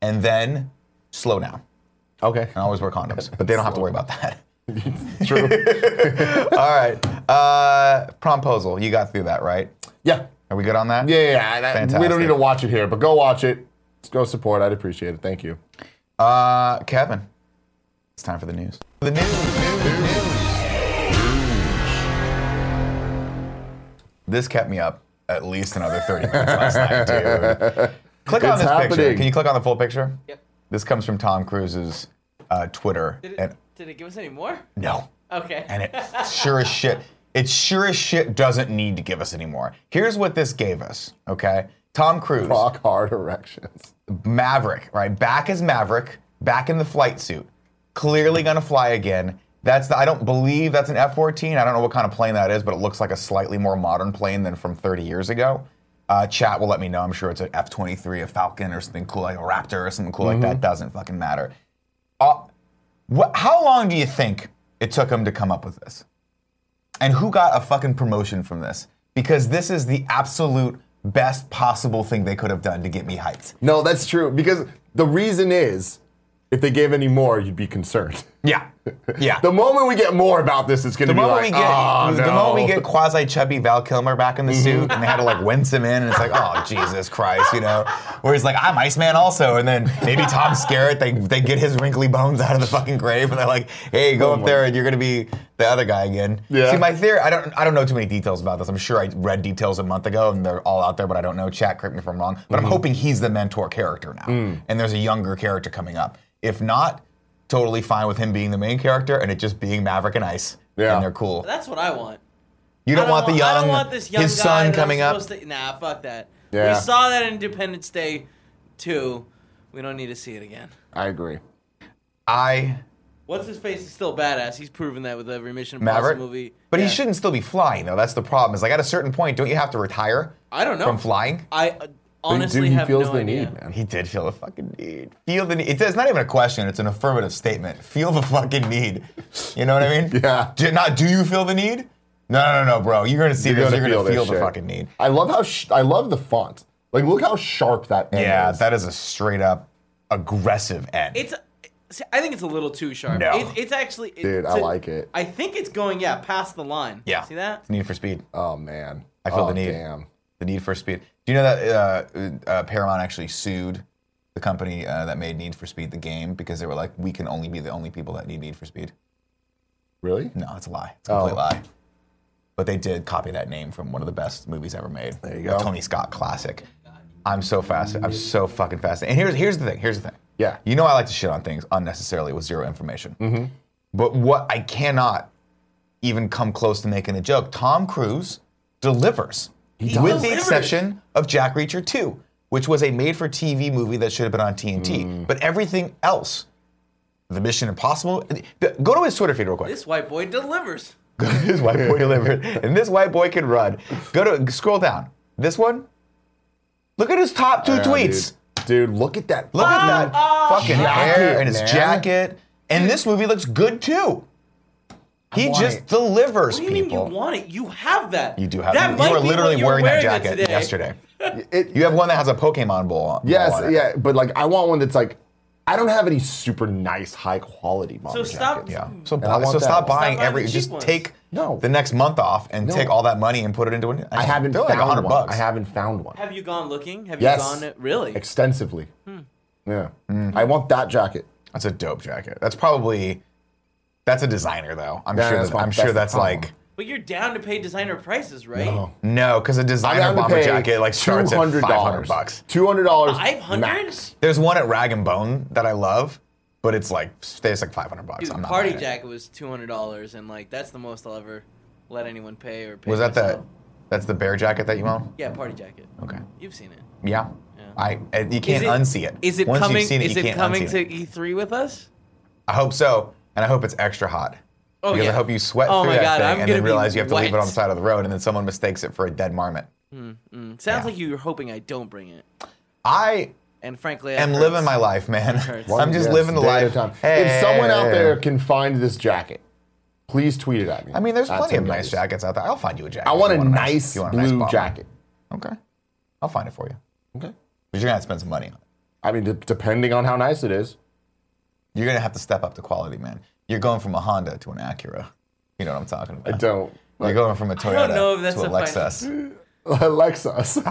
Speaker 1: and then slow down.
Speaker 2: Okay.
Speaker 1: And always wear condoms, but they don't have to worry about that.
Speaker 2: True.
Speaker 1: All right, uh, promposal. You got through that, right?
Speaker 2: yeah.
Speaker 1: Are we good on that?
Speaker 2: Yeah, yeah, yeah. And I- we
Speaker 1: Fantastic.
Speaker 2: don't need to watch it here, but go watch it. Let's go support. I'd appreciate it. Thank you.
Speaker 1: Uh, Kevin, it's time for the news. The news. This kept me up at least another 30 minutes last night, dude. Click on
Speaker 2: It's
Speaker 1: this picture.
Speaker 2: happening.
Speaker 1: Can you click on the full picture?
Speaker 3: Yep.
Speaker 1: This comes from Tom Cruise's uh, Twitter.
Speaker 3: Did it,
Speaker 1: And
Speaker 3: did it give us any more?
Speaker 1: no.
Speaker 3: Okay.
Speaker 1: And it sure as shit, it sure as shit doesn't need to give us anymore. Here's what this gave us, okay? Tom Cruise.
Speaker 2: Rock hard erections.
Speaker 1: Maverick, right? Back as Maverick, back in the flight suit. Clearly gonna fly again. That's the, I don't believe that's an F-14. I don't know what kind of plane that is, but it looks like a slightly more modern plane than from 30 years ago. Uh, chat will let me know. I'm sure it's an F-23, a Falcon, or something cool like a Raptor, or something cool like that. Doesn't fucking matter. Uh, wh- how long do you think it took him to come up with this? And who got a fucking promotion from this? Because this is the absolute best possible thing they could have done to get me hyped.
Speaker 2: No, that's true. Because the reason is, if they gave any more, you'd be concerned.
Speaker 1: Yeah. Yeah.
Speaker 2: The moment we get more about this, it's going to
Speaker 1: The
Speaker 2: be
Speaker 1: moment
Speaker 2: like,
Speaker 1: we get
Speaker 2: "Ah,
Speaker 1: the
Speaker 2: no." Mm-hmm.
Speaker 1: moment we get quasi chubby Val Kilmer back in the suit and they had to like wince him in and it's like, oh Jesus Christ, you know. Where he's like, I'm Iceman also, and then maybe Tom Skerritt, they they get his wrinkly bones out of the fucking grave and they're like, hey, go up there and you're gonna be the other guy again.
Speaker 2: Oh Yeah.
Speaker 1: See my theory I don't I don't know too many details about this. I'm sure I read details a month ago and they're all out there, but I don't know. Chat, correct me if I'm wrong. But I'm hoping he's the mentor character now. And there's a younger character coming up. If not, totally fine with him being the main character and it just being Maverick and Ice.
Speaker 2: Yeah.
Speaker 1: And they're cool.
Speaker 3: That's what I want.
Speaker 1: You don't,
Speaker 3: I
Speaker 1: want, the young,
Speaker 3: I don't want this young
Speaker 1: his
Speaker 3: guy
Speaker 1: son
Speaker 3: that I'm
Speaker 1: coming up.
Speaker 3: supposed to- nah, fuck that.
Speaker 2: Yeah.
Speaker 3: We saw that in Independence Day 2. We don't need to see it again.
Speaker 2: I agree.
Speaker 1: I
Speaker 3: What's his face is still badass. He's proven that with every Mission Impossible
Speaker 1: Maverick,
Speaker 3: movie.
Speaker 1: but
Speaker 3: Yeah.
Speaker 1: he shouldn't still be flying though. That's the problem. Is like at a certain point, don't you have to retire
Speaker 3: I don't know.
Speaker 1: from flying?
Speaker 3: I uh, honestly
Speaker 2: Dude, he
Speaker 3: have
Speaker 2: feels
Speaker 3: no
Speaker 2: the
Speaker 3: idea.
Speaker 2: need, man.
Speaker 1: He did feel the fucking need. Feel the need. It's, it's not even a question. It's an affirmative statement. Feel the fucking need. You know what I mean?
Speaker 2: Yeah.
Speaker 1: Do, not do you feel the need? No, no, no, no, bro. You're gonna see
Speaker 2: You're
Speaker 1: this.
Speaker 2: gonna
Speaker 1: you're gonna
Speaker 2: feel
Speaker 1: feel
Speaker 2: this
Speaker 1: the
Speaker 2: shit.
Speaker 1: fucking need.
Speaker 2: I love how sh- I love the font. Like, look how sharp that end
Speaker 1: Yeah,
Speaker 2: is.
Speaker 1: that is a straight up aggressive end.
Speaker 3: It's. see, I think it's a little too sharp.
Speaker 1: No.
Speaker 3: It's, it's actually. it-
Speaker 2: Dude, I
Speaker 3: to-
Speaker 2: like it.
Speaker 3: I think it's going, yeah, past the line.
Speaker 1: yeah.
Speaker 3: See that?
Speaker 1: Need for Speed.
Speaker 2: oh man,
Speaker 1: I feel
Speaker 2: oh,
Speaker 1: the need.
Speaker 2: Damn.
Speaker 1: The need for speed. Do you know that uh, uh, Paramount actually sued the company uh, that made Need for Speed the game because they were like, we can only be the only people that need Need for Speed.
Speaker 2: Really?
Speaker 1: No, it's a lie. It's a complete lie. But they did copy that name from one of the best movies ever made. There you go. Tony Scott classic. I'm so fast. I'm so fucking fast. And here's here's the thing. Here's the thing.
Speaker 2: Yeah.
Speaker 1: You know I like to shit on things unnecessarily with zero information. But what I cannot even come close to making a joke. Tom Cruise delivers.
Speaker 3: He
Speaker 1: with the
Speaker 3: delivers.
Speaker 1: exception of Jack Reacher 2, which was a made for TV movie that should have been on TNT. But everything else, the Mission Impossible, go to his Twitter feed real quick.
Speaker 3: This white boy delivers.
Speaker 1: this white boy delivered, and this white boy can run. Go to scroll down. This one. Look at his top two
Speaker 3: Ah,
Speaker 2: Yeah,
Speaker 1: tweets.
Speaker 2: Dude. Dude, look at that.
Speaker 1: Look at that fucking
Speaker 2: jacket,
Speaker 1: hair and his
Speaker 2: man.
Speaker 1: jacket. And this movie looks good too. He
Speaker 2: want
Speaker 1: just
Speaker 2: it.
Speaker 1: delivers
Speaker 3: What do you mean
Speaker 1: people.
Speaker 3: you want it? You have that.
Speaker 1: You do have.
Speaker 3: that.
Speaker 1: you
Speaker 3: might
Speaker 1: were
Speaker 3: be
Speaker 1: literally
Speaker 3: what you're
Speaker 1: wearing, that
Speaker 3: it
Speaker 1: jacket
Speaker 3: today.
Speaker 1: yesterday.
Speaker 2: It-
Speaker 1: You have one that has a Pokemon ball. on-
Speaker 2: Yes,
Speaker 1: ball on it.
Speaker 2: yeah, but like I want one that's like I don't have any super nice high quality bomber
Speaker 3: So stop.
Speaker 2: jackets.
Speaker 1: Yeah. So,
Speaker 2: I
Speaker 1: buy,
Speaker 2: want
Speaker 1: so
Speaker 2: that
Speaker 1: stop
Speaker 2: one.
Speaker 1: buying
Speaker 3: Stop buying
Speaker 1: every.
Speaker 3: the cheap
Speaker 1: Just
Speaker 3: ones.
Speaker 1: take
Speaker 2: No.
Speaker 1: the next month off and
Speaker 2: No.
Speaker 1: take all that money and put it into an.
Speaker 2: I haven't
Speaker 1: They're
Speaker 2: found
Speaker 1: like a hundred
Speaker 2: one.
Speaker 1: bucks.
Speaker 2: I haven't found one
Speaker 3: Have you gone looking? Have
Speaker 2: Yes.
Speaker 3: you Hmm. gone really?
Speaker 2: extensively. Yeah,
Speaker 1: Mm-hmm.
Speaker 2: I want that jacket.
Speaker 1: That's a dope jacket. That's probably. That's a designer though. I'm
Speaker 2: Yeah,
Speaker 1: sure.
Speaker 2: that's
Speaker 1: That's,
Speaker 2: my-
Speaker 1: I'm
Speaker 2: that's
Speaker 1: sure
Speaker 2: the
Speaker 1: that's
Speaker 2: problem.
Speaker 1: like
Speaker 3: but you're down to pay designer prices, right?
Speaker 2: No.
Speaker 1: no, because a
Speaker 2: I'm
Speaker 1: designer
Speaker 2: down Oh. to
Speaker 1: bomber
Speaker 2: pay
Speaker 1: jacket like starts at
Speaker 2: $200.
Speaker 1: five hundred bucks.
Speaker 2: Two hundred dollars.
Speaker 3: Five hundred.
Speaker 1: There's one at Rag and Bone that I love, but it's like stays like five hundred bucks.
Speaker 3: Dude,
Speaker 1: I'm not
Speaker 3: party
Speaker 1: buying it.
Speaker 3: jacket was two hundred dollars, and like that's the most I'll ever let anyone pay or pay.
Speaker 1: Was that
Speaker 3: myself.
Speaker 1: the? That's the bear jacket that you own.
Speaker 3: Yeah, party jacket.
Speaker 1: Okay.
Speaker 3: You've seen it.
Speaker 1: Yeah.
Speaker 3: Yeah.
Speaker 1: I and you can't unsee it.
Speaker 3: Is it
Speaker 1: Once
Speaker 3: coming?
Speaker 1: You've seen it,
Speaker 3: is
Speaker 1: you
Speaker 3: it
Speaker 1: can't
Speaker 3: coming
Speaker 1: unsee
Speaker 3: to
Speaker 1: it.
Speaker 3: E3 with us?
Speaker 1: I hope so, and I hope it's extra hot.
Speaker 3: Oh,
Speaker 1: because I
Speaker 3: yeah.
Speaker 1: hope you sweat
Speaker 3: Oh,
Speaker 1: through
Speaker 3: my
Speaker 1: that
Speaker 3: God,
Speaker 1: thing
Speaker 3: I'm
Speaker 1: and
Speaker 3: gonna
Speaker 1: then
Speaker 3: be
Speaker 1: realize you have to leave it
Speaker 3: wet.
Speaker 1: on the side of the road, and then someone mistakes it for a dead marmot.
Speaker 3: Mm, Sounds
Speaker 1: Yeah.
Speaker 3: like you were hoping I don't bring it.
Speaker 1: I
Speaker 3: And frankly,
Speaker 1: am living my life, man.
Speaker 3: hurts.
Speaker 1: I'm just
Speaker 2: Yes,
Speaker 1: living the
Speaker 2: day at a
Speaker 1: life.
Speaker 2: time.
Speaker 1: Hey,
Speaker 2: if someone out
Speaker 1: hey,
Speaker 2: there
Speaker 1: hey.
Speaker 2: can find this jacket, please tweet it at me.
Speaker 1: I mean, there's
Speaker 2: At
Speaker 1: plenty of
Speaker 2: Tim
Speaker 1: nice
Speaker 2: Gettys.
Speaker 1: jackets out there. I'll find you a jacket.
Speaker 2: I
Speaker 1: if
Speaker 2: want a
Speaker 1: you
Speaker 2: nice
Speaker 1: if you want a
Speaker 2: blue
Speaker 1: bomber.
Speaker 2: jacket.
Speaker 1: Okay, I'll find it for you.
Speaker 2: Okay.
Speaker 1: But you're gonna have to spend some money on it.
Speaker 2: I mean, de- depending on how nice it is.
Speaker 1: You're gonna have to step up the quality, man. You're going from a Honda to an Acura. You know what I'm talking about.
Speaker 2: I don't.
Speaker 1: You're going from a Toyota
Speaker 3: know if that's
Speaker 1: to a
Speaker 3: a fin-
Speaker 1: Lexus.
Speaker 2: Lexus.
Speaker 1: a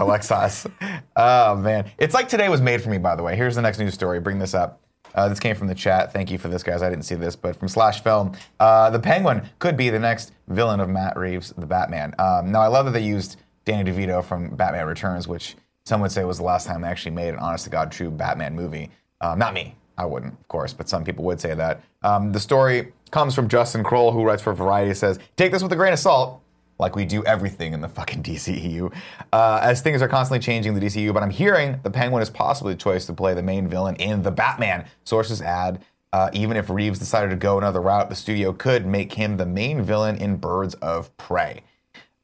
Speaker 1: Lexus. Oh man, it's like today was made for me. By the way, here's the next news story. Bring this up. Uh, this came from the chat. Thank you for this, guys. I didn't see this, but from Slash Film, uh, the Penguin could be the next villain of Matt Reeves' The Batman. Um, now, I love that they used Danny DeVito from Batman Returns, which some would say was the last time they actually made an honest to God true Batman movie. Um, not me. I wouldn't, of course, but some people would say that. Um, the story comes from Justin Kroll, who writes for Variety, says, Take this with a grain of salt like we do everything in the fucking DCEU. Uh, as things are constantly changing in the DCEU, but I'm hearing the Penguin is possibly the choice to play the main villain in the Batman. Sources add, uh, even if Reeves decided to go another route, the studio could make him the main villain in Birds of Prey.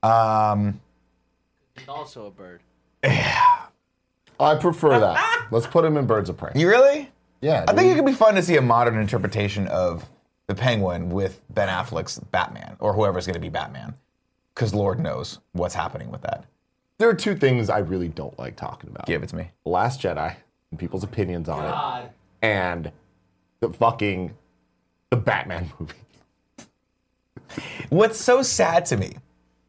Speaker 1: Um,
Speaker 3: Also a bird.
Speaker 2: I prefer that. Let's put him in Birds of Prey.
Speaker 1: you really?
Speaker 2: Yeah.
Speaker 1: I think it
Speaker 2: dude.
Speaker 1: could be fun to see a modern interpretation of the Penguin with Ben Affleck's Batman or whoever's going to be Batman, because Lord knows what's happening with that.
Speaker 2: there are two things I really don't like talking about.
Speaker 1: Give it to me.
Speaker 2: The Last Jedi and people's opinions on it, and the fucking the Batman movie.
Speaker 1: What's so sad to me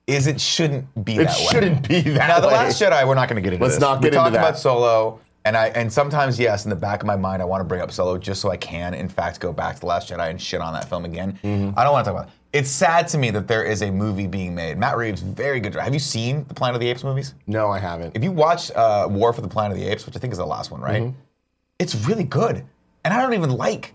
Speaker 1: is it shouldn't be
Speaker 2: It
Speaker 1: that way.
Speaker 2: shouldn't be that.
Speaker 1: Now, The
Speaker 2: way.
Speaker 1: Last Jedi, we're not going to get into
Speaker 2: Let's
Speaker 1: this.
Speaker 2: not
Speaker 1: we
Speaker 2: get into
Speaker 1: talked
Speaker 2: that.
Speaker 1: about Solo, and I and sometimes yes, in the back of my mind, I want to bring up Solo just so I can, in fact, go back to The Last Jedi and shit on that film again.
Speaker 2: Mm-hmm.
Speaker 1: I don't want to talk about. it. It's sad to me that there is a movie being made. Matt Reeves, very good. dir- Have you seen the Planet of the Apes movies?
Speaker 2: No, I haven't.
Speaker 1: If you watch uh, War for the Planet of the Apes, which I think is the last one, right?
Speaker 2: Mm-hmm.
Speaker 1: It's really good, and I don't even like.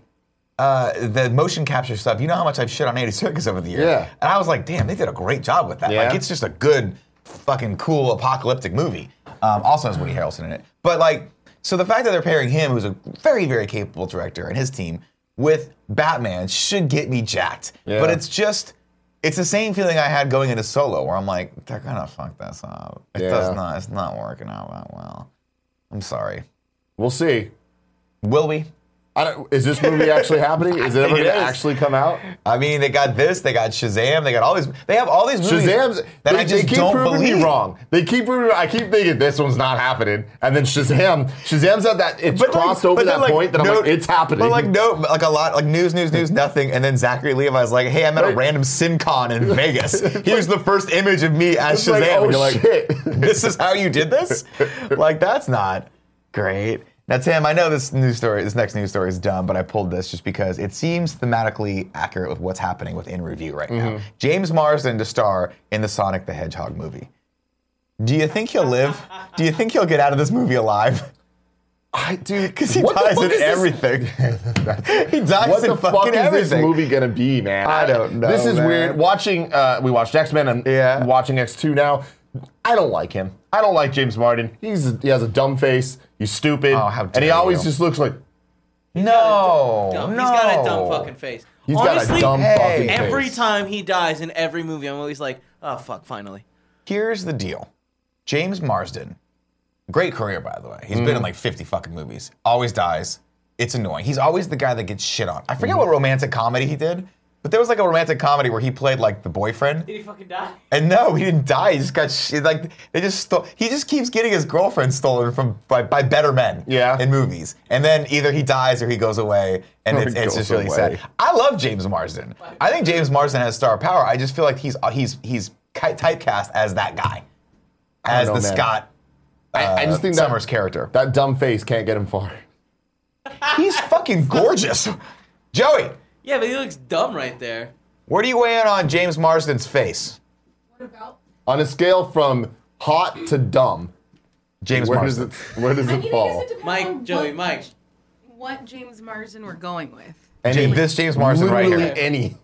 Speaker 1: Uh, the motion capture stuff. You know how much I've shit on Andy Serkis over the years,
Speaker 2: Yeah.
Speaker 1: and I was like, "Damn, they did a great job with that. Like,
Speaker 2: Yeah.
Speaker 1: it's just a good, fucking cool apocalyptic movie." Um, also has Woody Harrelson in it, but like, so the fact that they're pairing him, who's a very, very capable director, and his team with Batman should get me jacked.
Speaker 2: Yeah.
Speaker 1: But it's just, it's the same feeling I had going into Solo, where I'm like, "They're gonna fuck this up. It
Speaker 2: Yeah.
Speaker 1: does not. It's not working out that well." I'm sorry.
Speaker 2: We'll see.
Speaker 1: Will we?
Speaker 2: I don't, is this movie actually happening? Is it ever
Speaker 1: think
Speaker 2: going
Speaker 1: it
Speaker 2: to
Speaker 1: is.
Speaker 2: actually come out?
Speaker 1: I mean, they got this, they got Shazam, they got all these. They have all these movies
Speaker 2: Shazam's.
Speaker 1: that
Speaker 2: they,
Speaker 1: I just
Speaker 2: they keep
Speaker 1: don't
Speaker 2: proving
Speaker 1: believe.
Speaker 2: me wrong. They keep proving. I keep thinking this one's not happening, and then Shazam. Shazam's at that. It's
Speaker 1: like-
Speaker 2: crossed over
Speaker 1: but then,
Speaker 2: that
Speaker 1: like,
Speaker 2: point that
Speaker 1: no-
Speaker 2: I'm like, it's happening.
Speaker 1: But like no, but, like a lot, like news, news, news, nothing, and then Zachary Levi's like, "Hey, I'm at a
Speaker 2: Right.
Speaker 1: random SinCon in Vegas. Here's the first image of me as
Speaker 2: It's
Speaker 1: Shazam."
Speaker 2: like,
Speaker 1: And
Speaker 2: oh,
Speaker 1: you're like,
Speaker 2: shit.
Speaker 1: "This is how you did this? like that's not great." Now, Tim, I know this news story, this next news story is dumb, but I pulled this just because it seems thematically accurate with what's happening within review right now.
Speaker 2: Mm-hmm.
Speaker 1: James Marsden to star in the Sonic the Hedgehog movie. Do you think he'll live? Do you think he'll get out of this movie alive?
Speaker 2: I dude,
Speaker 1: Because he
Speaker 2: what the
Speaker 1: dies
Speaker 2: fuck
Speaker 1: in
Speaker 2: is this-
Speaker 1: everything. he dies
Speaker 2: What
Speaker 1: in
Speaker 2: the
Speaker 1: fucking
Speaker 2: fuck is
Speaker 1: everything.
Speaker 2: this movie gonna be, man?
Speaker 1: I don't know,
Speaker 2: This is
Speaker 1: man.
Speaker 2: weird. Watching, uh, we watched X Men. and
Speaker 1: Yeah.
Speaker 2: watching X Two now. I don't like him. I don't like James Martin. He's he has a dumb face. He's stupid.
Speaker 1: Oh, how
Speaker 2: and he
Speaker 1: dare
Speaker 2: always
Speaker 1: you.
Speaker 2: just looks like
Speaker 1: No,
Speaker 3: Dumb.
Speaker 1: Oh, no.
Speaker 3: He's got a dumb fucking face.
Speaker 2: he's got
Speaker 3: Honestly,
Speaker 2: a dumb
Speaker 1: hey,
Speaker 2: fucking face.
Speaker 3: every time he dies in every movie, I'm always like, oh fuck, finally.
Speaker 1: Here's the deal. James Marsden, great career by the way. He's been in like 50 fucking movies. Always dies. It's annoying. He's always the guy that gets shit on. I forget what romantic comedy he did, But there was like a romantic comedy where he played like the boyfriend.
Speaker 3: Did he fucking die?
Speaker 1: And no, he didn't die. He just got sh- like they just stole. He just keeps getting his girlfriend stolen from by, by better men.
Speaker 2: Yeah.
Speaker 1: In movies, and then either he dies or he goes away, and
Speaker 2: Or
Speaker 1: it's,
Speaker 2: he
Speaker 1: it's just
Speaker 2: goes
Speaker 1: really
Speaker 2: away.
Speaker 1: sad. I love James Marsden. I think James Marsden has star power. I just feel like he's uh, he's he's ki- typecast as that guy, as
Speaker 2: know,
Speaker 1: the
Speaker 2: man.
Speaker 1: Scott.
Speaker 2: I, I
Speaker 1: uh,
Speaker 2: just think that,
Speaker 1: Summers character.
Speaker 2: that dumb face can't get him far.
Speaker 1: He's fucking gorgeous. Joey,
Speaker 3: Yeah, but he looks dumb right there.
Speaker 1: where do you weigh in on James Marsden's face?
Speaker 4: What about?
Speaker 2: On a scale from hot to dumb,
Speaker 1: James
Speaker 2: where does
Speaker 1: Marsden.
Speaker 2: it where does
Speaker 4: I mean,
Speaker 2: it
Speaker 4: I guess
Speaker 2: fall?
Speaker 4: it depends on
Speaker 3: Mike, Joey,
Speaker 4: what,
Speaker 3: Mike.
Speaker 4: What James Marsden we're going with?
Speaker 2: Any,
Speaker 1: James, this James Marsden right
Speaker 2: literally
Speaker 1: here.
Speaker 2: any.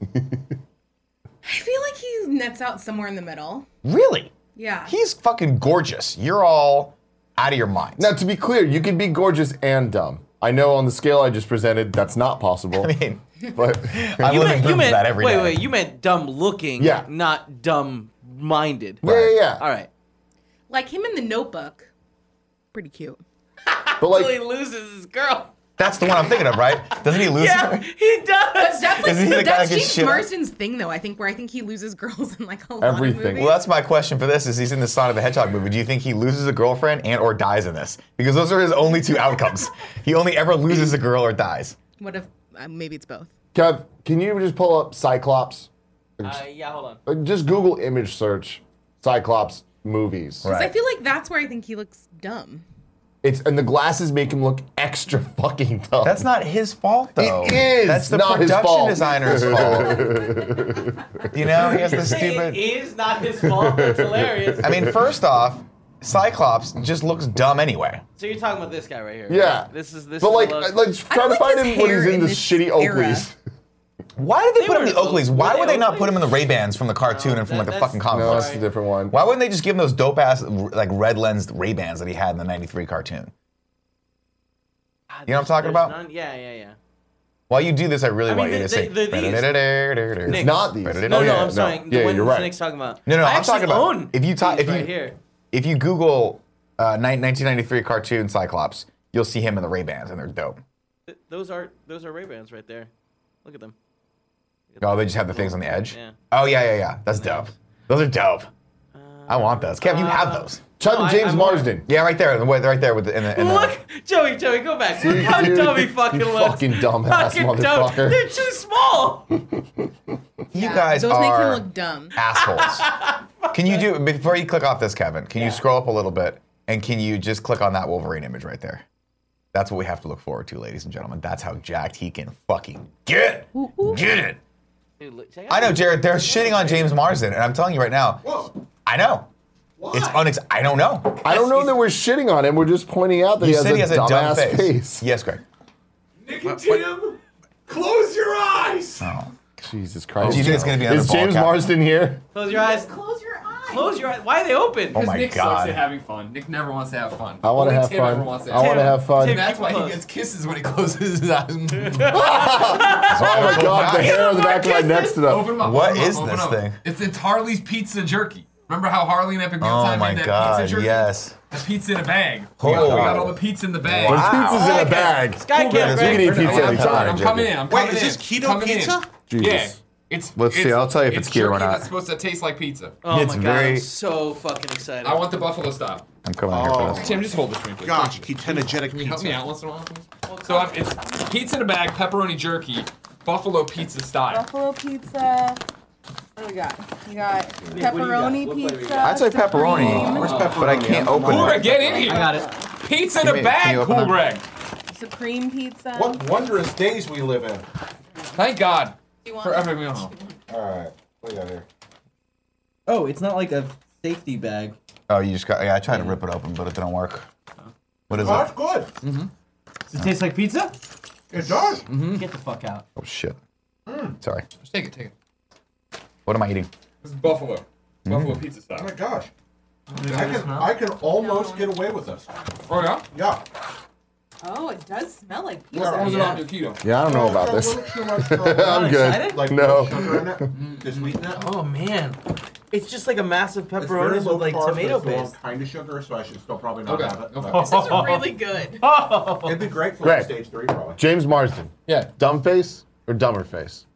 Speaker 4: I feel like he nets out somewhere in the middle.
Speaker 1: Really?
Speaker 4: Yeah.
Speaker 1: He's fucking gorgeous. You're all out of your minds.
Speaker 2: Now, to be clear, you can be gorgeous and dumb. I know on the scale I just presented, that's not possible.
Speaker 1: I mean,
Speaker 2: but
Speaker 1: I
Speaker 3: You
Speaker 1: live in
Speaker 3: meant,
Speaker 1: proof
Speaker 3: you
Speaker 1: of
Speaker 3: meant
Speaker 1: that every
Speaker 3: wait,
Speaker 1: day.
Speaker 3: wait. You meant dumb looking,
Speaker 2: Yeah.
Speaker 3: not dumb minded.
Speaker 2: yeah, yeah, yeah.
Speaker 3: All right.
Speaker 4: like him in the notebook. Pretty cute.
Speaker 2: But
Speaker 3: Until he
Speaker 2: like,
Speaker 3: loses his girl.
Speaker 1: That's the one I'm thinking of, right? Doesn't he lose?
Speaker 3: Yeah,
Speaker 1: her?
Speaker 3: he does.
Speaker 4: That's like
Speaker 1: Isn't he the guy that
Speaker 4: that's
Speaker 1: gets
Speaker 4: James
Speaker 1: shit on?
Speaker 4: Marsden's thing though, I think, where I think he loses girls in like a lot
Speaker 2: Everything.
Speaker 4: of movies.
Speaker 1: Well, that's my question for this: Is he's in the Sonic the Hedgehog movie? Do you think he loses a girlfriend and or dies in this? Because those are his only two outcomes. he only ever loses a girl or dies.
Speaker 4: what if uh, maybe it's both?
Speaker 2: Kev, can you just pull up Cyclops?
Speaker 3: Uh, yeah, hold on.
Speaker 2: Like, Just Google image search Cyclops movies.
Speaker 1: Right.
Speaker 4: 'Cause I feel like that's where I think he looks dumb.
Speaker 2: It's and the glasses make him look extra fucking dumb.
Speaker 1: That's not his fault, though.
Speaker 2: is
Speaker 1: That's the
Speaker 2: not his
Speaker 1: production
Speaker 2: fault.
Speaker 1: designer's fault. you know, he has the
Speaker 3: It
Speaker 1: stupid.
Speaker 3: is not his fault. That's hilarious.
Speaker 1: I mean, first off, Cyclops just looks dumb anyway.
Speaker 3: so you're talking about this guy right here. right?
Speaker 2: Yeah.
Speaker 3: This is this.
Speaker 2: But
Speaker 3: is
Speaker 2: like,
Speaker 3: the
Speaker 2: uh,
Speaker 3: look.
Speaker 2: like try to
Speaker 4: like
Speaker 2: find
Speaker 4: his
Speaker 2: him when he's
Speaker 4: hair
Speaker 2: in
Speaker 4: in
Speaker 2: this
Speaker 4: this
Speaker 2: shitty
Speaker 4: era.
Speaker 2: Oakleys.
Speaker 1: Why did they,
Speaker 3: They
Speaker 1: put him in the
Speaker 3: were
Speaker 1: Oakleys?
Speaker 3: Oak-
Speaker 1: Why
Speaker 3: were
Speaker 1: would
Speaker 3: they
Speaker 1: they not put him in the
Speaker 3: Oakleys?
Speaker 1: Ray Bans from the cartoon and from
Speaker 3: that-
Speaker 1: like the
Speaker 3: that's-
Speaker 1: fucking comic
Speaker 2: No,
Speaker 1: book?
Speaker 2: that's a different one.
Speaker 1: Why wouldn't they just give him those dope ass like red lensed Ray Bans that he had in the '93 cartoon?
Speaker 3: God,
Speaker 1: you know what I'm talking
Speaker 3: there's
Speaker 1: about?
Speaker 3: none- Yeah, yeah, yeah.
Speaker 1: While you do this, I really
Speaker 3: I mean,
Speaker 1: want you
Speaker 3: the-
Speaker 1: to sing.
Speaker 3: the- the-
Speaker 2: It's not these.
Speaker 1: No,
Speaker 3: No,
Speaker 2: Oh,
Speaker 3: no,
Speaker 2: yeah,
Speaker 3: I'm
Speaker 2: no.
Speaker 3: sorry. The
Speaker 2: Yeah,
Speaker 3: one
Speaker 2: you're right.
Speaker 3: Nick's talking about.
Speaker 1: No, no,
Speaker 3: I
Speaker 1: I'm
Speaker 3: actually
Speaker 1: talking about
Speaker 3: own
Speaker 1: if you ta-
Speaker 3: these
Speaker 1: if you-
Speaker 3: right here.
Speaker 1: If you Google uh, nine- 1993 cartoon Cyclops, you'll see him in the Ray Bans, and they're dope.
Speaker 3: Th- those are those are Ray Bans right there. Look at them.
Speaker 1: Oh, they just have the things on the edge.
Speaker 3: Yeah.
Speaker 1: Oh yeah, yeah, yeah. That's dope. Those are dope. I want those. Kev, you have those.
Speaker 2: Try to
Speaker 3: No, I-
Speaker 2: James
Speaker 3: I'm-
Speaker 2: Marsden.
Speaker 1: Yeah, right there, right right there with the. In the, in the
Speaker 3: Look, Joey, Joey, go back. Look how
Speaker 2: dude,
Speaker 3: dumb he
Speaker 2: you
Speaker 3: fucking looks.
Speaker 2: fucking dumbass
Speaker 3: Fucking dumb.
Speaker 2: motherfucker.
Speaker 3: They're too small.
Speaker 1: you
Speaker 4: Yeah,
Speaker 1: guys
Speaker 4: those make
Speaker 1: are
Speaker 4: him look dumb.
Speaker 1: assholes. can you do before you click off this, Kevin? Can you scroll up a little bit and can you just click on that Wolverine image right there? That's what we have to look forward to, ladies and gentlemen. That's how jacked he can fucking get. Get it.
Speaker 3: Dude, look, check out
Speaker 1: I know,
Speaker 3: these-
Speaker 1: Jared. They're shitting on James Marsden, and I'm telling you right now.
Speaker 2: Whoa.
Speaker 1: I know. It's unex. I don't know.
Speaker 2: I don't know that we're shitting on him. We're just pointing out that
Speaker 1: You
Speaker 2: he has,
Speaker 1: said
Speaker 2: a,
Speaker 1: he has a dumb
Speaker 2: dumbass
Speaker 1: face.
Speaker 2: face.
Speaker 1: Yes, Greg.
Speaker 3: Nicotine.
Speaker 5: Close your eyes!
Speaker 1: Oh.
Speaker 2: Jesus Christ.
Speaker 1: Do you think it's gonna be another
Speaker 2: Is
Speaker 1: ball
Speaker 2: James
Speaker 1: cap?
Speaker 2: Marsden here?
Speaker 3: Close your eyes.
Speaker 4: Close your eyes.
Speaker 3: Close your eyes. Why are they open?
Speaker 1: Oh my
Speaker 6: Nick
Speaker 1: God.
Speaker 6: sucks at having fun. Nick never wants to have fun.
Speaker 2: I want to
Speaker 6: Only
Speaker 2: have
Speaker 6: Tim
Speaker 2: fun.
Speaker 6: ever wants to
Speaker 2: I
Speaker 6: have
Speaker 2: want to
Speaker 6: fun.
Speaker 2: have fun.
Speaker 3: Tim,
Speaker 6: That's why
Speaker 3: Close.
Speaker 6: he gets kisses when he closes his eyes.
Speaker 2: Oh my God, the hair on the back of my neck's to
Speaker 6: open
Speaker 2: the.
Speaker 6: them up.
Speaker 1: What
Speaker 6: open 'em
Speaker 1: is
Speaker 6: up, open
Speaker 1: this
Speaker 6: 'em up.
Speaker 1: thing?
Speaker 6: It's it's Harley's pizza jerky. Remember how Harley and Epic Meal
Speaker 1: Oh
Speaker 6: Time
Speaker 1: my
Speaker 6: made that
Speaker 1: God,
Speaker 6: pizza jerky?
Speaker 1: yes.
Speaker 6: The pizza in a bag.
Speaker 2: Oh
Speaker 6: We got, we got all the pizza in the bag.
Speaker 2: There's
Speaker 1: Wow.
Speaker 2: pizza's in a bag.
Speaker 3: Sky Cam,
Speaker 6: Cool, guys.
Speaker 2: We
Speaker 3: Greg.
Speaker 2: can eat pizza
Speaker 6: I'm,
Speaker 2: anytime.
Speaker 6: I'm coming in. I'm coming in.
Speaker 5: Wait, is this keto
Speaker 6: coming
Speaker 5: pizza?
Speaker 6: In.
Speaker 2: Jesus.
Speaker 6: Yeah. It's,
Speaker 2: Let's see.
Speaker 6: it's-
Speaker 2: I'll tell you if it's keto or
Speaker 6: jerky
Speaker 2: not.
Speaker 6: It's supposed to taste like pizza.
Speaker 3: Oh
Speaker 1: It's
Speaker 3: my god,
Speaker 1: very-
Speaker 3: I'm so fucking excited.
Speaker 6: I want the buffalo style.
Speaker 1: I'm coming in here for this.
Speaker 6: Tim, just hold this for me, please.
Speaker 5: Gosh, you keep tenegetic
Speaker 6: Can you help me
Speaker 5: pizza.
Speaker 6: out once in a while? please? So I've, it's pizza in a bag, pepperoni jerky, buffalo pizza style.
Speaker 4: Buffalo pizza. What do we got? We got pepperoni pizza.
Speaker 1: I'd say pepperoni,
Speaker 4: Supreme,
Speaker 1: but I can't open
Speaker 6: Cool Greg,
Speaker 1: it.
Speaker 6: get in here.
Speaker 3: got it.
Speaker 6: Pizza in a
Speaker 1: me- can
Speaker 6: bag,
Speaker 1: you open
Speaker 6: Cool
Speaker 1: that?
Speaker 6: Greg.
Speaker 4: Supreme pizza.
Speaker 5: What wondrous days we live in.
Speaker 6: Thank God
Speaker 4: Do you want-
Speaker 6: for every meal home.
Speaker 5: All right, what do you got here?
Speaker 3: Oh, it's not like a safety bag.
Speaker 1: Oh, you just got. Yeah, I tried to rip it open, but it didn't work. What is
Speaker 5: Oh, that's
Speaker 1: it?
Speaker 5: good.
Speaker 3: Does it taste like pizza?
Speaker 5: It does.
Speaker 3: Get the fuck out.
Speaker 1: Oh shit. Sorry.
Speaker 6: Just take it, take it.
Speaker 1: What am I eating?
Speaker 6: This is buffalo. Buffalo
Speaker 1: Mm-hmm.
Speaker 6: pizza
Speaker 5: Oh
Speaker 6: style.
Speaker 5: my gosh. I can, I can almost get away with this.
Speaker 6: Oh yeah?
Speaker 5: Yeah.
Speaker 4: Oh, it does smell like pizza.
Speaker 6: As long as
Speaker 5: Yeah.
Speaker 6: it don't do keto.
Speaker 2: Yeah, I don't know about
Speaker 5: It's
Speaker 2: this.
Speaker 5: got a little too much, uh,
Speaker 2: I'm good.
Speaker 3: excited?
Speaker 5: Like
Speaker 2: No.
Speaker 5: sugar in it to sweeten it.
Speaker 3: Oh man, it's just like a massive
Speaker 5: It's very
Speaker 3: pepperoni with
Speaker 5: low
Speaker 3: like
Speaker 5: carb, but
Speaker 3: tomato
Speaker 5: it's the wrong
Speaker 3: paste.
Speaker 5: kind of sugar, so I should still probably not
Speaker 6: Okay.
Speaker 5: have it.
Speaker 6: Okay.
Speaker 5: but
Speaker 4: This is really good.
Speaker 5: It'd be great for
Speaker 2: Great.
Speaker 5: like stage three, probably.
Speaker 2: James Marsden.
Speaker 6: Yeah.
Speaker 2: Dumb face or dumber face?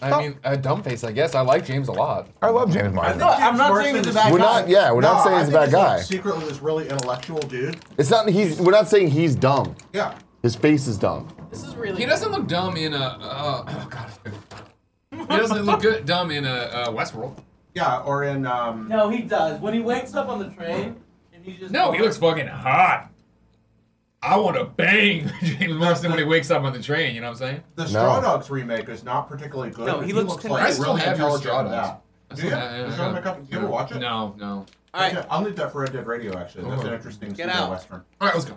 Speaker 7: I mean, a dumb face, I guess. I like James a lot.
Speaker 1: I love James
Speaker 5: I
Speaker 1: Martin.
Speaker 5: think
Speaker 3: I'm not
Speaker 5: James
Speaker 3: saying
Speaker 5: Marsden
Speaker 3: he's a
Speaker 5: is-
Speaker 3: bad
Speaker 2: We're not- yeah, we're not
Speaker 5: No,
Speaker 2: saying
Speaker 5: I
Speaker 2: he's a
Speaker 5: think
Speaker 2: bad
Speaker 5: like
Speaker 2: guy.
Speaker 5: secretly, this really intellectual dude.
Speaker 2: It's not. He's. We're not saying he's dumb.
Speaker 5: Yeah.
Speaker 2: His face is dumb.
Speaker 8: This is really.
Speaker 6: He doesn't look dumb in a. Uh, oh god. He doesn't look good dumb in a uh, Westworld.
Speaker 5: Yeah, or in um,
Speaker 3: No, he does. When he wakes up on the train and he just
Speaker 6: No, he looks fucking hot. I want to bang James Marsden when he wakes up on the train. You know what I'm saying?
Speaker 5: the Straw Dogs remake is not particularly good.
Speaker 3: No,
Speaker 5: but
Speaker 3: he looks
Speaker 5: like
Speaker 3: I
Speaker 5: really
Speaker 6: still have your
Speaker 5: intelligent
Speaker 6: Straw
Speaker 5: in that.
Speaker 6: Dogs. I
Speaker 5: Do
Speaker 6: still
Speaker 5: you?
Speaker 6: have- yeah,
Speaker 5: Is
Speaker 6: I
Speaker 5: there
Speaker 6: got-
Speaker 5: a couple- you ever watch it?
Speaker 6: No, no.
Speaker 3: All right.
Speaker 5: Okay, I'll leave that for a dead radio. Actually, that's an
Speaker 6: Oh.
Speaker 5: interesting
Speaker 3: Get
Speaker 5: pseudo
Speaker 3: out.
Speaker 5: western.
Speaker 6: All right, let's go.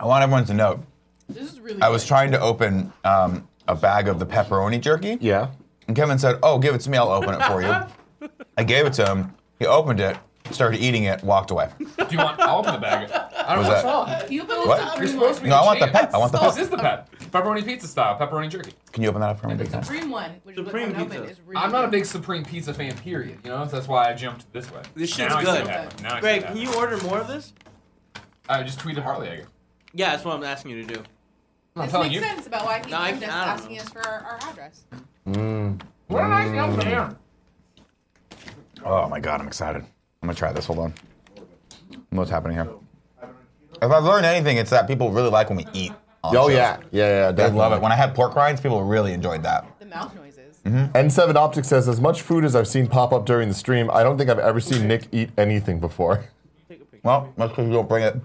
Speaker 1: I want everyone to know
Speaker 8: This is really.
Speaker 1: I was
Speaker 8: good.
Speaker 1: trying to open um, a bag of the pepperoni jerky.
Speaker 2: Yeah.
Speaker 1: And Kevin said, Oh, give it to me. I'll open it for you. I gave it to him. He opened it, started eating it, walked away.
Speaker 6: Do you want? I'll open the bag. I
Speaker 1: What
Speaker 6: don't know
Speaker 1: was
Speaker 6: what's
Speaker 1: that?
Speaker 6: wrong.
Speaker 8: You believe
Speaker 1: What?
Speaker 8: that
Speaker 6: You're supposed to be.
Speaker 1: No, I want the
Speaker 6: champ.
Speaker 1: pep. I want the
Speaker 6: This
Speaker 1: pep.
Speaker 6: is the pep. Pepperoni pizza style. Pepperoni jerky.
Speaker 1: Can you open that up for me?
Speaker 8: the Supreme one, which
Speaker 3: Supreme
Speaker 8: is what I'm open,
Speaker 3: pizza.
Speaker 8: is really.
Speaker 6: I'm not a
Speaker 8: good.
Speaker 6: big Supreme Pizza fan, period. You know, so that's why I jumped this way.
Speaker 3: This shit's
Speaker 6: now I see
Speaker 3: good.
Speaker 6: that one. Now I see
Speaker 3: Greg,
Speaker 6: that
Speaker 3: can
Speaker 6: one.
Speaker 3: you order more of this?
Speaker 6: I just tweeted Harley. I guess.
Speaker 3: Yeah, that's what I'm asking you to do.
Speaker 6: I'm
Speaker 8: This
Speaker 6: telling
Speaker 8: makes
Speaker 6: you.
Speaker 8: sense about why he
Speaker 3: No, I-
Speaker 8: kept us
Speaker 3: I don't
Speaker 8: asking
Speaker 3: know.
Speaker 8: us for our, our address.
Speaker 6: What
Speaker 1: Mm.
Speaker 6: an ice young man.
Speaker 1: Oh my God, I'm excited. I'm going to try this. Hold on. What's happening here? If I've learned anything, it's that people really like when we eat. on
Speaker 2: Oh
Speaker 1: shows.
Speaker 2: yeah. Yeah. Yeah.
Speaker 1: They
Speaker 2: Definitely.
Speaker 1: love it. When I had pork rinds, people really enjoyed that.
Speaker 8: The mouth noises.
Speaker 2: N7 Optic says, as much food as I've seen pop up during the stream, I don't think I've ever seen Nick eat anything before.
Speaker 3: Take a picture.
Speaker 1: Well, that's because you don't bring it.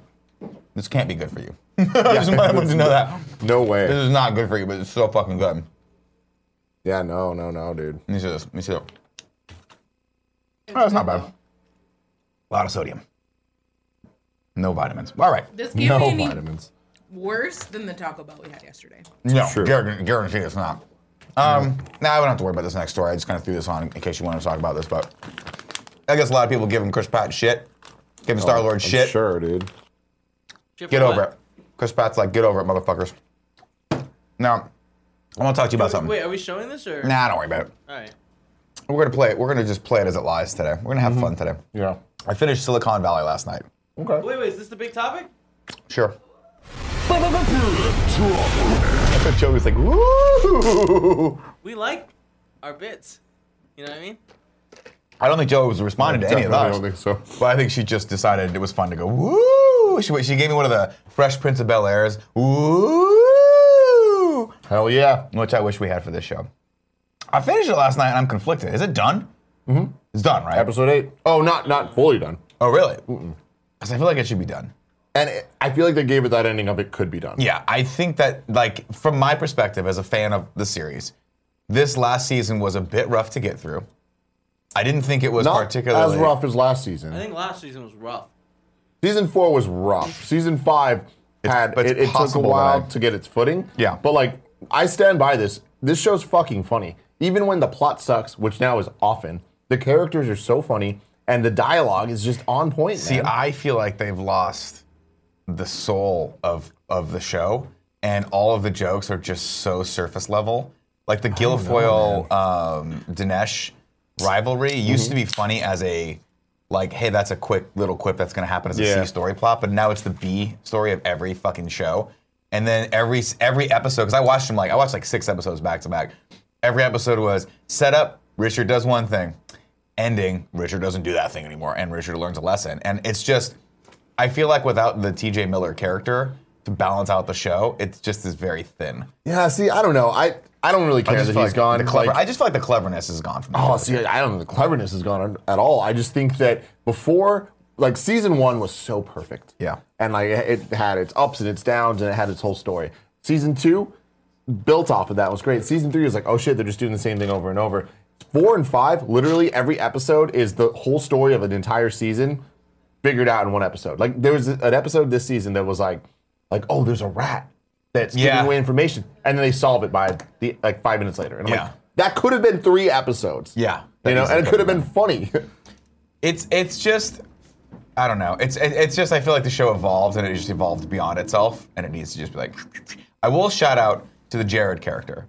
Speaker 1: This can't be good for you. I just want everyone to know that.
Speaker 2: No
Speaker 1: This
Speaker 2: way.
Speaker 1: is not good for you, but it's so fucking good.
Speaker 2: Yeah, no, no, no, dude.
Speaker 1: Let me see this. Let me see that. Oh, it's not bad. A lot of sodium. No vitamins. All right.
Speaker 8: This can't
Speaker 2: No
Speaker 8: be any
Speaker 2: vitamins.
Speaker 8: worse than the Taco Bell we had yesterday.
Speaker 1: No,
Speaker 2: True.
Speaker 1: guarantee, guarantee it's not. Um, Now, I don't have to worry about this next story. I just kind of threw this on in case you wanted to talk about this, but I guess a lot of people give him Chris Pratt shit, give him Star Lord
Speaker 2: Oh, I'm
Speaker 1: shit.
Speaker 2: Sure, dude.
Speaker 1: Get over it. Chris Pratt's like, get over it, motherfuckers. Now, I want to talk to you about something.
Speaker 3: Wait, are we showing this or?
Speaker 1: Nah, don't worry about it.
Speaker 3: All right.
Speaker 1: We're gonna play it. We're gonna just play it as it lies today. We're gonna have fun today.
Speaker 2: Mm-hmm. Yeah.
Speaker 1: I finished Silicon Valley last night.
Speaker 2: Okay.
Speaker 3: Wait, wait, is this the big topic?
Speaker 1: Sure.
Speaker 2: Joe was like, woo!
Speaker 3: We like our bits. You know what I mean?
Speaker 1: I don't think Joe was responding to any of
Speaker 2: Definitely
Speaker 1: those.
Speaker 2: don't think so.
Speaker 1: But I think she just decided it was fun to go, woo! She, she gave me one of the Fresh Prince of Bel Air's, woo!
Speaker 2: Hell yeah.
Speaker 1: Which I wish we had for this show. I finished it last night and I'm conflicted. Is it done? Mm-hmm. It's done, right?
Speaker 2: Episode 8. Oh, not not fully done.
Speaker 1: Oh, really? Because I feel like it should be done.
Speaker 2: And it, I feel like they gave it that ending of it could be done.
Speaker 1: Yeah, I think that, like, from my perspective as a fan of the series, this last season was a bit rough to get through. I didn't think it was
Speaker 2: Not
Speaker 1: particularly
Speaker 2: as rough as last
Speaker 3: I
Speaker 2: season.
Speaker 3: think last season was rough.
Speaker 2: Season four was rough. Season five had
Speaker 1: but it's
Speaker 2: it, it took a
Speaker 1: possible
Speaker 2: while
Speaker 1: that I-
Speaker 2: to get its footing.
Speaker 1: Yeah.
Speaker 2: but like I stand by this. This show's fucking funny. Even when the plot sucks, which now is often, the characters are so funny and the dialogue is just on point.
Speaker 1: See,
Speaker 2: man.
Speaker 1: I feel like they've lost the soul of of the show, and all of the jokes are just so surface level. Like the Guilfoyle um, Dinesh rivalry used to be funny as a like, hey, that's a quick little quip that's going to happen as a C
Speaker 2: Yeah.
Speaker 1: story plot, but now it's the B story of every fucking show. And then every every episode, because I watched them like I watched like six episodes back to back. Every episode was set up. Richard does one thing, ending. Richard doesn't do that thing anymore, and Richard learns a lesson. And it's just, I feel like without the T.J. Miller character to balance out the show, it's just is very thin.
Speaker 2: yeah. See, I don't know. I I don't really
Speaker 1: I
Speaker 2: care
Speaker 1: just
Speaker 2: that
Speaker 1: feel
Speaker 2: he's
Speaker 1: like
Speaker 2: gone.
Speaker 1: The clever,
Speaker 2: Like,
Speaker 1: I just feel like the cleverness is gone from. the
Speaker 2: Oh,
Speaker 1: show.
Speaker 2: see, I don't know. The cleverness is gone at all. I just think that before, like, season one was so perfect.
Speaker 1: Yeah.
Speaker 2: And, like, it it had its ups and its downs and it had its whole story. Season two built off of that was great. Season three was like, oh shit, they're just doing the same thing over and over. Four and five, literally every episode is the whole story of an entire season figured out in one episode. Like, there was an episode this season that was like, like, oh, there's a rat that's
Speaker 1: Yeah.
Speaker 2: giving away information. And then they solve it by, the, like, five minutes later. And I'm
Speaker 1: Yeah.
Speaker 2: like, that could have been three episodes
Speaker 1: yeah,
Speaker 2: you know, and it could have been funny.
Speaker 1: It's it's just I don't know. It's it- it's just I feel like the show evolved and it just evolved beyond itself and it needs to just be like I will shout out to the Jared character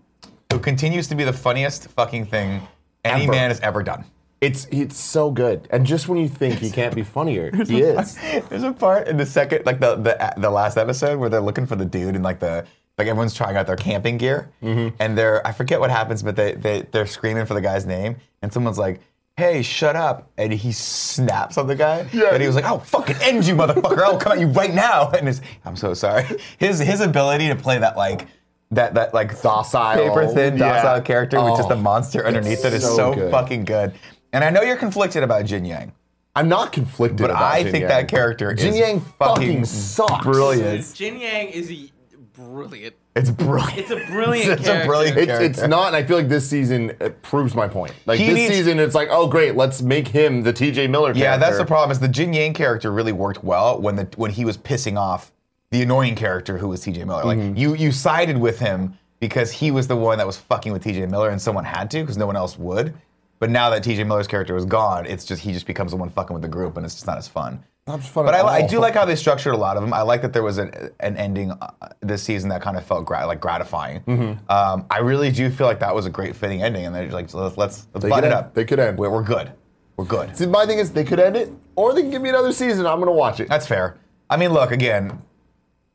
Speaker 1: who continues to be the funniest fucking thing any
Speaker 2: Ever.
Speaker 1: man has ever done.
Speaker 2: it's it's so good, and just when you think he can't be funnier, he is.
Speaker 1: There's a part in the second like the the the last episode where they're looking for the dude in like the Like everyone's trying out their camping gear,
Speaker 2: Mm-hmm.
Speaker 1: and they're I forget what happens, but they they they're screaming for the guy's name, and someone's like. Hey, shut up! And he snaps on the guy,
Speaker 2: Yeah.
Speaker 1: and he was like, "I'll fucking end you, motherfucker! I'll come at you right now!" And it's, I'm so sorry. His his ability to play that like that that like
Speaker 2: Docile.
Speaker 1: paper thin
Speaker 2: Yeah.
Speaker 1: docile character with just
Speaker 2: Oh,
Speaker 1: the monster underneath it is
Speaker 2: so
Speaker 1: so,
Speaker 2: good.
Speaker 1: fucking good. And I know you're conflicted about Jin Yang,
Speaker 2: I'm not conflicted,
Speaker 1: but
Speaker 2: about
Speaker 1: I
Speaker 2: Jin
Speaker 1: think
Speaker 2: Yang.
Speaker 1: that character
Speaker 2: Jin
Speaker 1: is
Speaker 2: Yang fucking
Speaker 1: fucking
Speaker 2: sucks.
Speaker 1: brilliant.
Speaker 3: Jin Yang is a brilliant.
Speaker 1: It's brilliant.
Speaker 3: It's a brilliant
Speaker 1: It's a
Speaker 3: character.
Speaker 1: brilliant
Speaker 2: It's,
Speaker 1: character.
Speaker 2: it's not, and I feel like this season uh, proves my point. Like
Speaker 1: He
Speaker 2: this
Speaker 1: needs-
Speaker 2: season, it's like, oh great, let's make him the T.J. Miller.
Speaker 1: Yeah,
Speaker 2: character.
Speaker 1: that's the problem. Is the Jin Yang character really worked well when the when he was pissing off the annoying character who was T.J. Miller. Like
Speaker 2: Mm-hmm.
Speaker 1: you you sided with him because he was the one that was fucking with T.J. Miller, and someone had to because no one else would. But now that T.J. Miller's character is gone, it's just he just becomes the one fucking with the group, and it's just not as fun.
Speaker 2: Not fun
Speaker 1: but
Speaker 2: at
Speaker 1: I, li- I
Speaker 2: all.
Speaker 1: do like how they structured a lot of them. I like that there was an, an ending uh, this season that kind of felt gra- like gratifying.
Speaker 2: Mm-hmm.
Speaker 1: Um, I really do feel like that was a great fitting ending, and they're like, let's let's, let's button
Speaker 2: They
Speaker 1: it
Speaker 2: could end-
Speaker 1: up.
Speaker 2: they could end.
Speaker 1: We're, we're good. We're good.
Speaker 2: See, my thing is, they could end it, or they can give me another season. I'm gonna watch it.
Speaker 1: That's fair. I mean, look again.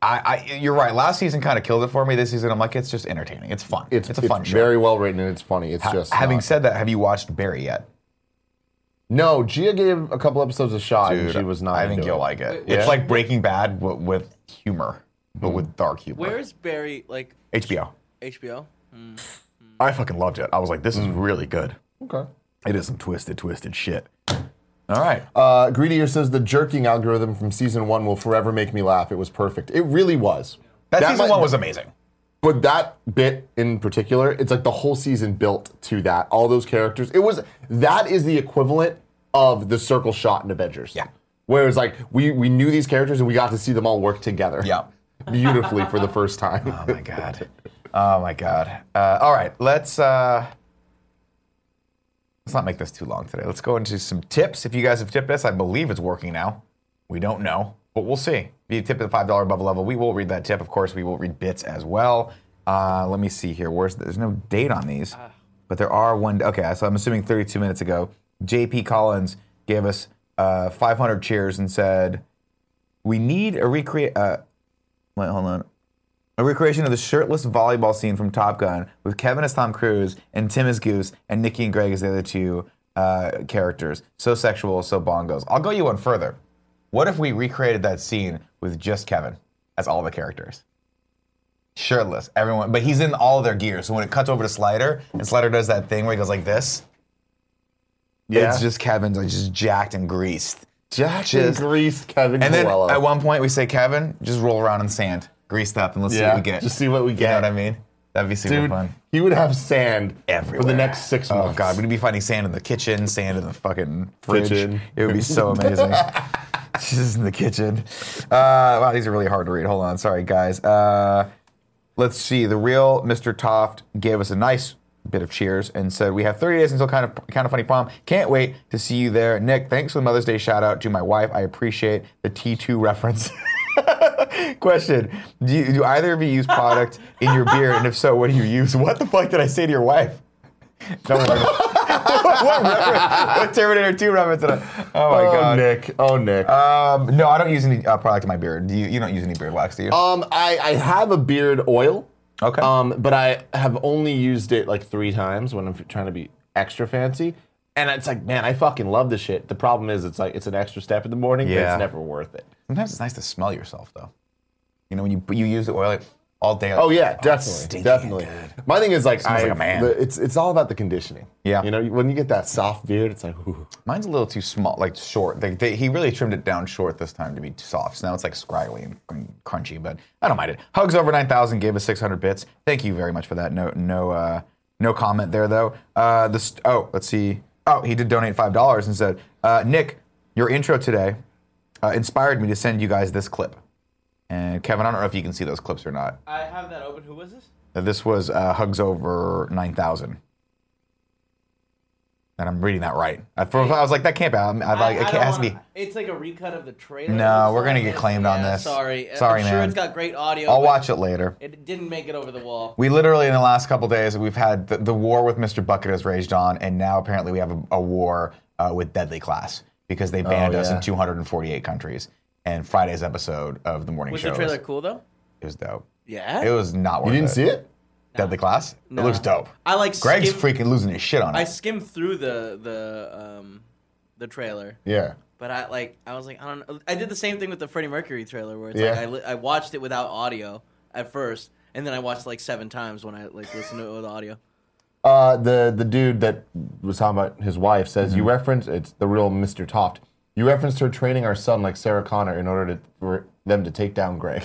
Speaker 1: I, I you're right. Last season kind of killed it for me. This season, I'm like, it's just entertaining. It's fun. It's, a fun show.
Speaker 2: very well written and it's funny. It's
Speaker 1: Ha-
Speaker 2: just
Speaker 1: Having
Speaker 2: not-
Speaker 1: said that, have you watched Barry yet?
Speaker 2: no, Gia gave a couple episodes a shot and
Speaker 1: Dude,
Speaker 2: she was not.
Speaker 1: I think
Speaker 2: into
Speaker 1: you'll
Speaker 2: it.
Speaker 1: like it.
Speaker 2: Yeah?
Speaker 1: It's like Breaking Bad w- with humor, but
Speaker 2: Hmm.
Speaker 1: with dark humor.
Speaker 3: Where is Barry? Like
Speaker 1: HBO?
Speaker 3: HBO?
Speaker 1: I fucking loved it. I was like, this
Speaker 2: Hmm.
Speaker 1: is really good.
Speaker 2: Okay.
Speaker 1: It is some twisted, twisted shit. All right.
Speaker 2: Uh, Greedier says the jerking algorithm from season one will forever make me laugh. It was perfect. It really was.
Speaker 1: that, season
Speaker 2: might-
Speaker 1: one was amazing.
Speaker 2: But that bit in particular, it's like the whole season built to that. All those characters. It was that is the equivalent of the circle shot in Avengers.
Speaker 1: Yeah.
Speaker 2: Whereas like we we knew these characters and we got to see them all work together.
Speaker 1: Yeah.
Speaker 2: Beautifully for the first time.
Speaker 1: Oh my god. Oh my god. Uh, all right, let's uh, let's not make this too long today. Let's go into some tips. If you guys have tipped us, I believe it's working now. We don't know, but we'll see. If you tip at the five dollar above level, we will read that tip. Of course, we will read bits as well. Uh, let me see here. Where's there's no date on these, but there are one. Okay, so I'm assuming 32 minutes ago, J.P. Collins gave us uh, 500 cheers and said, "We need a recreate." Uh, wait, hold on. A recreation of the shirtless volleyball scene from Top Gun with Kevin as Tom Cruise and Tim as Goose and Nikki and Greg as the other two uh, characters. So sexual, so bongos. I'll go you one further. What if we recreated that scene with just Kevin as all the characters? Shirtless, everyone, but he's in all their gear. So when it cuts over to Slider and Slider does that thing where he goes like this, it's just Kevin's like just jacked and greased.
Speaker 2: Jack
Speaker 1: just-
Speaker 2: and greased Kevin
Speaker 1: And then
Speaker 2: Coelho.
Speaker 1: at one point we say, Kevin, just roll around in sand, greased up, and let's see
Speaker 2: Yeah,
Speaker 1: what we get.
Speaker 2: just see what we
Speaker 1: You know
Speaker 2: get.
Speaker 1: what I mean? That'd be super
Speaker 2: Dude,
Speaker 1: fun.
Speaker 2: he would have sand
Speaker 1: Everywhere.
Speaker 2: for the next six months.
Speaker 1: Oh god, we'd be finding sand in the kitchen, sand in the fucking fridge.
Speaker 2: Kitchen.
Speaker 1: It would be so amazing. Just in the kitchen. Uh, wow, these are really hard to read. Hold on, sorry guys. Uh, let's see. The real Mr. Toft gave us a nice bit of cheers and said, "We have 30 days until kind of kind of funny prom. Can't wait to see you there, Nick. Thanks for the Mother's Day shout out to my wife. I appreciate the T2 reference." Question: do, you, do either of you use product in your beer, and if so, what do you use? What the fuck did I say to your wife? No, what, what, reference- what Terminator 2 reference did I? Oh my
Speaker 2: oh,
Speaker 1: god.
Speaker 2: Nick. Oh, Nick.
Speaker 1: Um, no, I don't use any uh, product in my beard. Do you, you don't use any beard wax, do you?
Speaker 2: um, I, I have a beard oil.
Speaker 1: Okay.
Speaker 2: Um, but I have only used it like three times when I'm trying to be extra fancy. And it's like, man, I fucking love this shit. The problem is, it's like it's an extra step in the morning, but
Speaker 1: Yeah.
Speaker 2: it's never worth it.
Speaker 1: Sometimes it's nice to smell yourself, though. You know, when you you use the oil like, all day. like,
Speaker 2: Oh yeah,
Speaker 1: stinky
Speaker 2: definitely,
Speaker 1: and
Speaker 2: definitely.
Speaker 1: good.
Speaker 2: My thing is like,
Speaker 1: Smells
Speaker 2: I,
Speaker 1: like a man.
Speaker 2: the- it's it's all about the conditioning.
Speaker 1: Yeah.
Speaker 2: You know, when you get that soft beard, it's like, ooh.
Speaker 1: Mine's a little too small, like short. They, they, he really trimmed it down short this time to be soft. So now it's like scraggly and, and crunchy, but I don't mind it. Hugs over 9,000 gave us 600 bits. Thank you very much for that. No, no, uh, no comment there though. Uh, this, oh, let's see. Oh, he did donate five dollars and said, uh, "Nick, your intro today uh, inspired me to send you guys this clip." And Kevin, I don't know if you can see those clips or not.
Speaker 3: I have that open. Who was this?
Speaker 1: Uh, This was uh, Hugs Over 9000. And I'm reading that right. At first, I was like, that can't be. I'm, I, like, it can't,
Speaker 3: don't
Speaker 1: has to be.
Speaker 3: wanna- It's like a recut of the trailer.
Speaker 1: No,
Speaker 3: It's
Speaker 1: we're gonna
Speaker 3: like-
Speaker 1: get claimed on
Speaker 3: yeah,
Speaker 1: this.
Speaker 3: Sorry, I'm
Speaker 1: Sorry,
Speaker 3: Sure,
Speaker 1: man.
Speaker 3: it's got great audio.
Speaker 1: I'll
Speaker 3: but
Speaker 1: watch it later.
Speaker 3: It didn't make it over the wall.
Speaker 1: We literally, in the last couple days, we've had the, the war with Mr. Bucket has raged on, and now apparently we have a, a war uh, with Deadly Class because they banned us
Speaker 2: Oh, yeah.
Speaker 1: in 248 countries. And Friday's episode of The Morning
Speaker 3: Was
Speaker 1: Show
Speaker 3: the
Speaker 1: is-
Speaker 3: trailer cool though?
Speaker 1: it was dope. It
Speaker 3: Yeah.
Speaker 1: was not worth
Speaker 2: You
Speaker 1: it.
Speaker 2: didn't see it?
Speaker 1: Deadly Class?
Speaker 3: No.
Speaker 1: It looks dope.
Speaker 3: I like
Speaker 1: Greg's
Speaker 3: skim-
Speaker 1: freaking losing his shit on it.
Speaker 3: I skimmed through the the um the trailer,
Speaker 2: Yeah.
Speaker 3: but I like I was like I don't know. I did the same thing with the Freddie Mercury trailer where it's
Speaker 2: Yeah.
Speaker 3: like I, li- I watched it without audio at first, and then I watched it like seven times when I like listened to it with audio.
Speaker 2: Uh, the the dude that was talking about his wife says
Speaker 1: Mm-hmm.
Speaker 2: you reference it's the real Mr. Toft. You referenced her training our son like Sarah Connor in order to for them to take down Greg.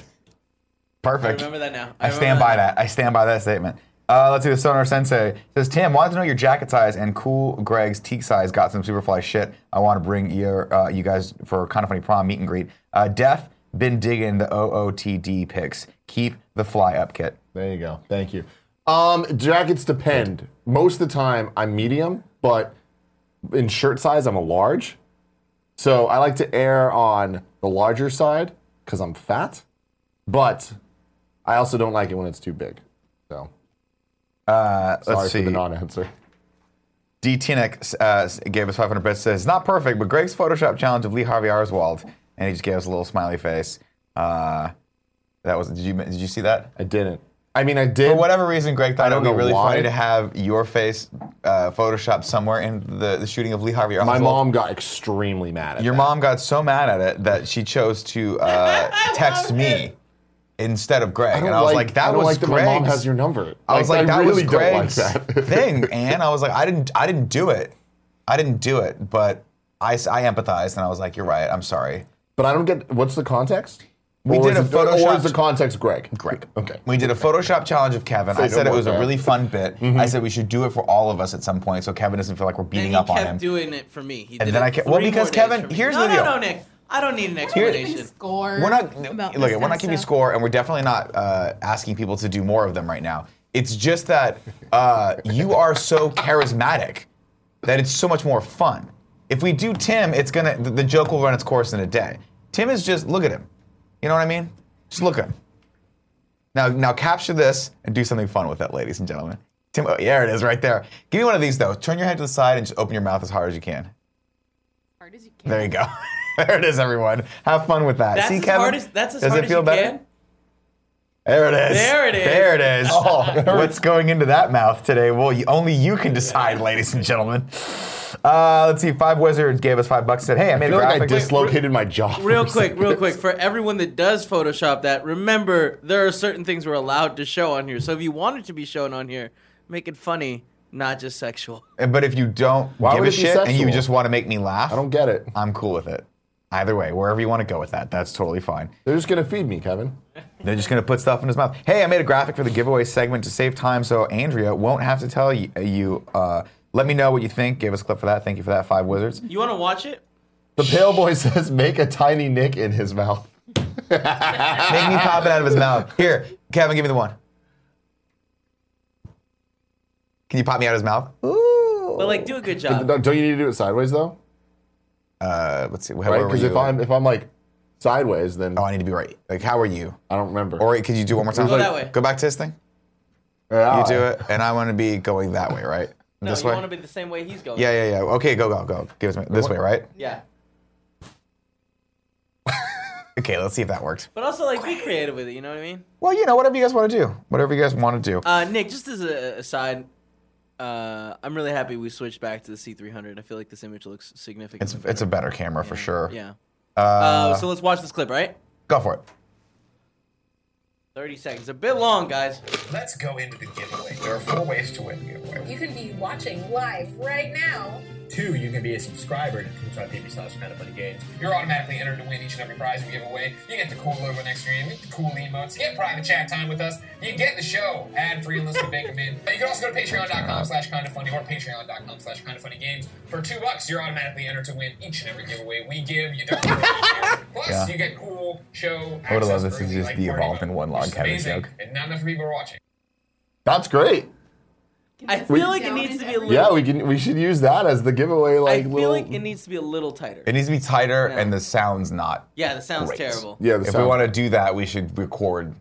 Speaker 3: I
Speaker 1: Perfect.
Speaker 3: remember that now.
Speaker 1: I stand by that. I stand by that statement. Uh, let's see. The Sonar Sensei says, Tim, wanted to know your jacket size and cool Greg's teak size. Got some Superfly shit. I want to bring your, uh, you guys for kind of funny prom meet and greet. Uh, Def, been digging the OOTD pics. Keep the fly up kit.
Speaker 2: There you go. Thank you. Um, jackets depend. Most of the time, I'm medium, but in shirt size, I'm a large. So I like to err on the larger side because I'm fat, but I also don't like it when it's too big. So
Speaker 1: Uh,
Speaker 2: sorry
Speaker 1: let's see.
Speaker 2: for the non-answer.
Speaker 1: D. Tinnick uh, gave us 500 bits. Says, not perfect, but Greg's Photoshop challenge of Lee Harvey Oswald. And he just gave us a little smiley face. Uh, that was, did you, did you see that?
Speaker 2: I didn't. I mean, I did.
Speaker 1: For whatever reason, Greg thought
Speaker 2: I don't
Speaker 1: it would be
Speaker 2: know
Speaker 1: really
Speaker 2: why.
Speaker 1: funny to have your face uh, photoshopped somewhere in the, the shooting of Lee Harvey Oswald.
Speaker 2: My mom got extremely mad at
Speaker 1: Your
Speaker 2: that.
Speaker 1: mom got so mad at it that she chose to uh, text me instead of Greg.
Speaker 2: I don't
Speaker 1: and I was like,
Speaker 2: I
Speaker 1: that
Speaker 2: don't
Speaker 1: was
Speaker 2: like that my mom
Speaker 1: Greg's-
Speaker 2: has your number.
Speaker 1: I was like, that
Speaker 2: really
Speaker 1: was
Speaker 2: don't like
Speaker 1: Greg's
Speaker 2: that.
Speaker 1: thing, and I was like, I didn't, I didn't do it, I didn't do it, but I, s- I empathized, and I was like, you're right, I'm sorry.
Speaker 2: But I don't get what's the context. We
Speaker 1: did a
Speaker 2: Or
Speaker 1: Photoshop-
Speaker 2: is the context Greg?
Speaker 1: Greg.
Speaker 2: Okay.
Speaker 1: We did a Photoshop challenge of Kevin.
Speaker 2: Say
Speaker 1: I
Speaker 2: no
Speaker 1: said it
Speaker 2: more, Mm-hmm.
Speaker 1: was a
Speaker 2: Greg.
Speaker 1: really fun bit. I said we should do it for all of us at some point, so Kevin doesn't feel like we're
Speaker 3: And
Speaker 1: beating
Speaker 3: he
Speaker 1: up on
Speaker 3: kept
Speaker 1: him.
Speaker 3: doing it for me. He
Speaker 1: And
Speaker 3: did
Speaker 1: then
Speaker 3: it
Speaker 1: I kept-
Speaker 3: three
Speaker 1: well, because
Speaker 3: more days
Speaker 1: Kevin,
Speaker 3: for me.
Speaker 1: here's
Speaker 3: no,
Speaker 1: the deal.
Speaker 3: No, no, Nick. I don't need an
Speaker 8: Even
Speaker 3: explanation.
Speaker 8: score.
Speaker 1: We're not
Speaker 8: about
Speaker 1: look. We're not
Speaker 8: this kinda
Speaker 1: keeping
Speaker 8: stuff.
Speaker 1: score, and we're definitely not uh, asking people to do more of them right now. It's just that uh, you are so charismatic that it's so much more fun. If we do Tim, it's gonna the, the joke will run its course in a day. Tim is just look at him. You know what I mean? Just look at him. Now, now capture this and do something fun with it, ladies and gentlemen. Tim, oh, yeah, it is right there. Give me one of these though. Turn your head to the side and just open your mouth as hard as you can.
Speaker 8: Hard as you can.
Speaker 1: There you go. there it is, everyone. Have fun with that.
Speaker 3: That's
Speaker 1: See,
Speaker 3: as
Speaker 1: Kevin.
Speaker 3: hard as that's as
Speaker 1: Does
Speaker 3: hard
Speaker 1: it
Speaker 3: as
Speaker 1: feel
Speaker 3: you
Speaker 1: better?
Speaker 3: can.
Speaker 1: There it is.
Speaker 3: There it is.
Speaker 1: There it is. What's going into that mouth today? Well, you, only you can decide, ladies and gentlemen. Uh, let's see. Five Wizards gave us five bucks. Said, "Hey, I made
Speaker 2: I feel
Speaker 1: a
Speaker 2: like I
Speaker 1: graphic."
Speaker 2: dislocated my jaw. for
Speaker 3: Real
Speaker 2: a
Speaker 3: quick,
Speaker 2: second.
Speaker 3: real quick. For everyone that does Photoshop that, remember there are certain things we're allowed to show on here. So if you want it to be shown on here, make it funny, not just sexual.
Speaker 1: but if you don't
Speaker 2: Why
Speaker 1: give
Speaker 2: would
Speaker 1: a
Speaker 2: it be
Speaker 1: shit and you
Speaker 2: sexual?
Speaker 1: just want to make me laugh,
Speaker 2: I don't get it.
Speaker 1: I'm cool with it. Either way, wherever you want to go with that, that's totally fine.
Speaker 2: They're just gonna feed me, Kevin.
Speaker 1: They're just gonna put stuff in his mouth. Hey, I made a graphic for the giveaway segment to save time, so Andrea won't have to tell you. you uh, let me know what you think. Give us a clip for that. Thank you for that. Five Wizards.
Speaker 3: You want to watch it?
Speaker 2: The pale boy says, "Make a tiny nick in his mouth."
Speaker 1: Make me pop it out of his mouth. Here, Kevin, give me the one. Can you pop me out of his mouth?
Speaker 3: But like, do a good
Speaker 2: But
Speaker 3: job.
Speaker 2: don't don't you need to do it sideways though?
Speaker 1: Uh, let's see. How,
Speaker 2: Right?
Speaker 1: where were
Speaker 2: Because if
Speaker 1: you?
Speaker 2: I'm if I'm like sideways, then
Speaker 1: oh, I need to be right. Like, how are you?
Speaker 2: I don't remember.
Speaker 1: Or could you do one more time?
Speaker 3: Go that way.
Speaker 1: Go back to his thing.
Speaker 2: Yeah.
Speaker 1: You do it, and I want to be going that way, right?
Speaker 3: No,
Speaker 1: this
Speaker 3: you
Speaker 1: way.
Speaker 3: want to be the same way he's going.
Speaker 1: yeah, yeah, yeah. Okay, go, go, go. Give it to me. This way, right?
Speaker 3: Yeah.
Speaker 1: Okay, let's see if that works.
Speaker 3: But also, like, be creative with it. You know what I mean?
Speaker 1: Well, you know, whatever you guys want to do, whatever you guys want to do.
Speaker 3: Uh, Nick, just as a aside, uh, I'm really happy we switched back to the C300. I feel like this image looks significant.
Speaker 1: It's it's a better camera for sure.
Speaker 3: yeah.
Speaker 1: Uh,
Speaker 3: Uh, so let's watch this clip, right?
Speaker 1: go for it.
Speaker 3: 30 seconds, a bit long, guys.
Speaker 9: Let's go into the giveaway. There are four ways to win the giveaway.
Speaker 10: You can be watching live right now.
Speaker 9: Two, you can be a subscriber to twitch.tv slash kind of funny games. You're automatically entered to win each and every prize we give away. You get the cool logo next to you, you get the cool emotes, you get private chat time with us, you get the show ad-free unless we make them in. You can also go to patreon.com slash kind of funny or patreon.com slash kind of funny games. For two bucks, you're automatically entered to win each and every giveaway we give. You don't Plus,
Speaker 1: Yeah.
Speaker 9: you get cool show
Speaker 1: I would love
Speaker 9: access
Speaker 1: this is
Speaker 9: early,
Speaker 1: just
Speaker 9: like
Speaker 1: the
Speaker 9: party
Speaker 1: evolved in
Speaker 9: mode,
Speaker 1: one
Speaker 9: which
Speaker 1: log
Speaker 9: is
Speaker 1: Kevin
Speaker 9: amazing,
Speaker 1: joke.
Speaker 9: And not enough people are watching.
Speaker 2: That's great.
Speaker 3: I feel like it
Speaker 8: Down
Speaker 3: needs to be a
Speaker 8: into
Speaker 3: little.
Speaker 2: Yeah, we can. We should use that as the giveaway.
Speaker 3: I
Speaker 2: Like
Speaker 3: feel
Speaker 2: little.
Speaker 3: like it needs to be a little tighter.
Speaker 1: It needs to be tighter,
Speaker 3: Yeah.
Speaker 1: and the sound's not.
Speaker 3: Yeah, the sound's terrible.
Speaker 2: yeah, the
Speaker 1: If we
Speaker 2: sound.
Speaker 1: want to do that, we should record.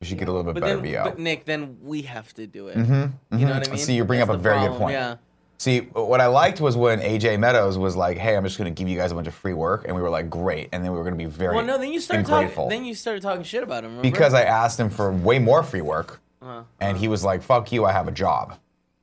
Speaker 1: We should get a little bit
Speaker 3: But
Speaker 1: better
Speaker 3: then,
Speaker 1: VO.
Speaker 3: but Nick, then we have to do it. You know what I mean?
Speaker 1: mm-hmm. See, you bring
Speaker 3: That's
Speaker 1: up a
Speaker 3: the
Speaker 1: very good
Speaker 3: problem,
Speaker 1: point.
Speaker 3: Yeah.
Speaker 1: See, what I liked was when AJ Meadows was like, "Hey, I'm just going to give you guys a bunch of free work," and we were like, "Great," and then we were going to be very
Speaker 3: Well, no, then you started
Speaker 1: ungrateful
Speaker 3: talking. Then you started talking shit about him. Remember?
Speaker 1: because I asked him for way more free work, and he was like, "Fuck you, I have a job,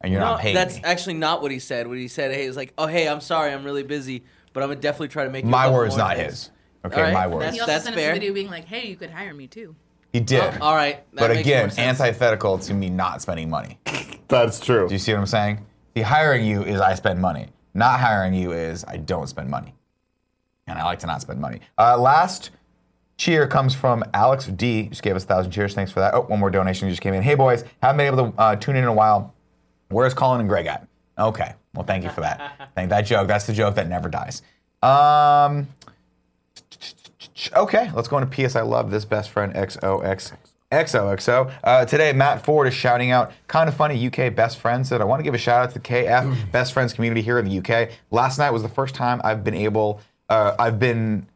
Speaker 1: and you're
Speaker 3: Uh-huh. no,
Speaker 1: not paying
Speaker 3: that's
Speaker 1: me."
Speaker 3: actually not what he said. What he said, hey, is like, oh, hey, I'm sorry, I'm really busy, but I'm gonna definitely try to make you a
Speaker 1: my
Speaker 3: couple
Speaker 1: words,
Speaker 3: more
Speaker 1: not
Speaker 3: days."
Speaker 1: his. Okay,
Speaker 3: All right,
Speaker 1: my
Speaker 3: that's-
Speaker 1: words.
Speaker 8: He also
Speaker 3: that's
Speaker 8: sent
Speaker 3: fair.
Speaker 8: us a video being like, "Hey, you could hire me too."
Speaker 1: He did.
Speaker 3: All right, that
Speaker 1: but
Speaker 3: makes
Speaker 1: again,
Speaker 3: more sense.
Speaker 1: antithetical to me not spending money. Do
Speaker 2: That's true.
Speaker 1: you see what I'm saying? See, hiring you is I spend money. Not hiring you is I don't spend money. And I like to not spend money. Uh, last cheer comes from Alex D. Just gave us a thousand cheers. Thanks for that. Oh, one more donation just came in. Hey, boys, haven't been able to uh, tune in in a while. Where's Colin and Greg at? Okay. Well, thank you for that. thank that joke. That's the joke that never dies. Um, Okay, let's go into PS. I love this best friend XOX. XOXO. Uh, today, Matt Ford is shouting out kind of funny UK best friends. Said, I want to give a shout out to the KF best friends community here in the UK. Last night was the first time I've been able, uh, I've been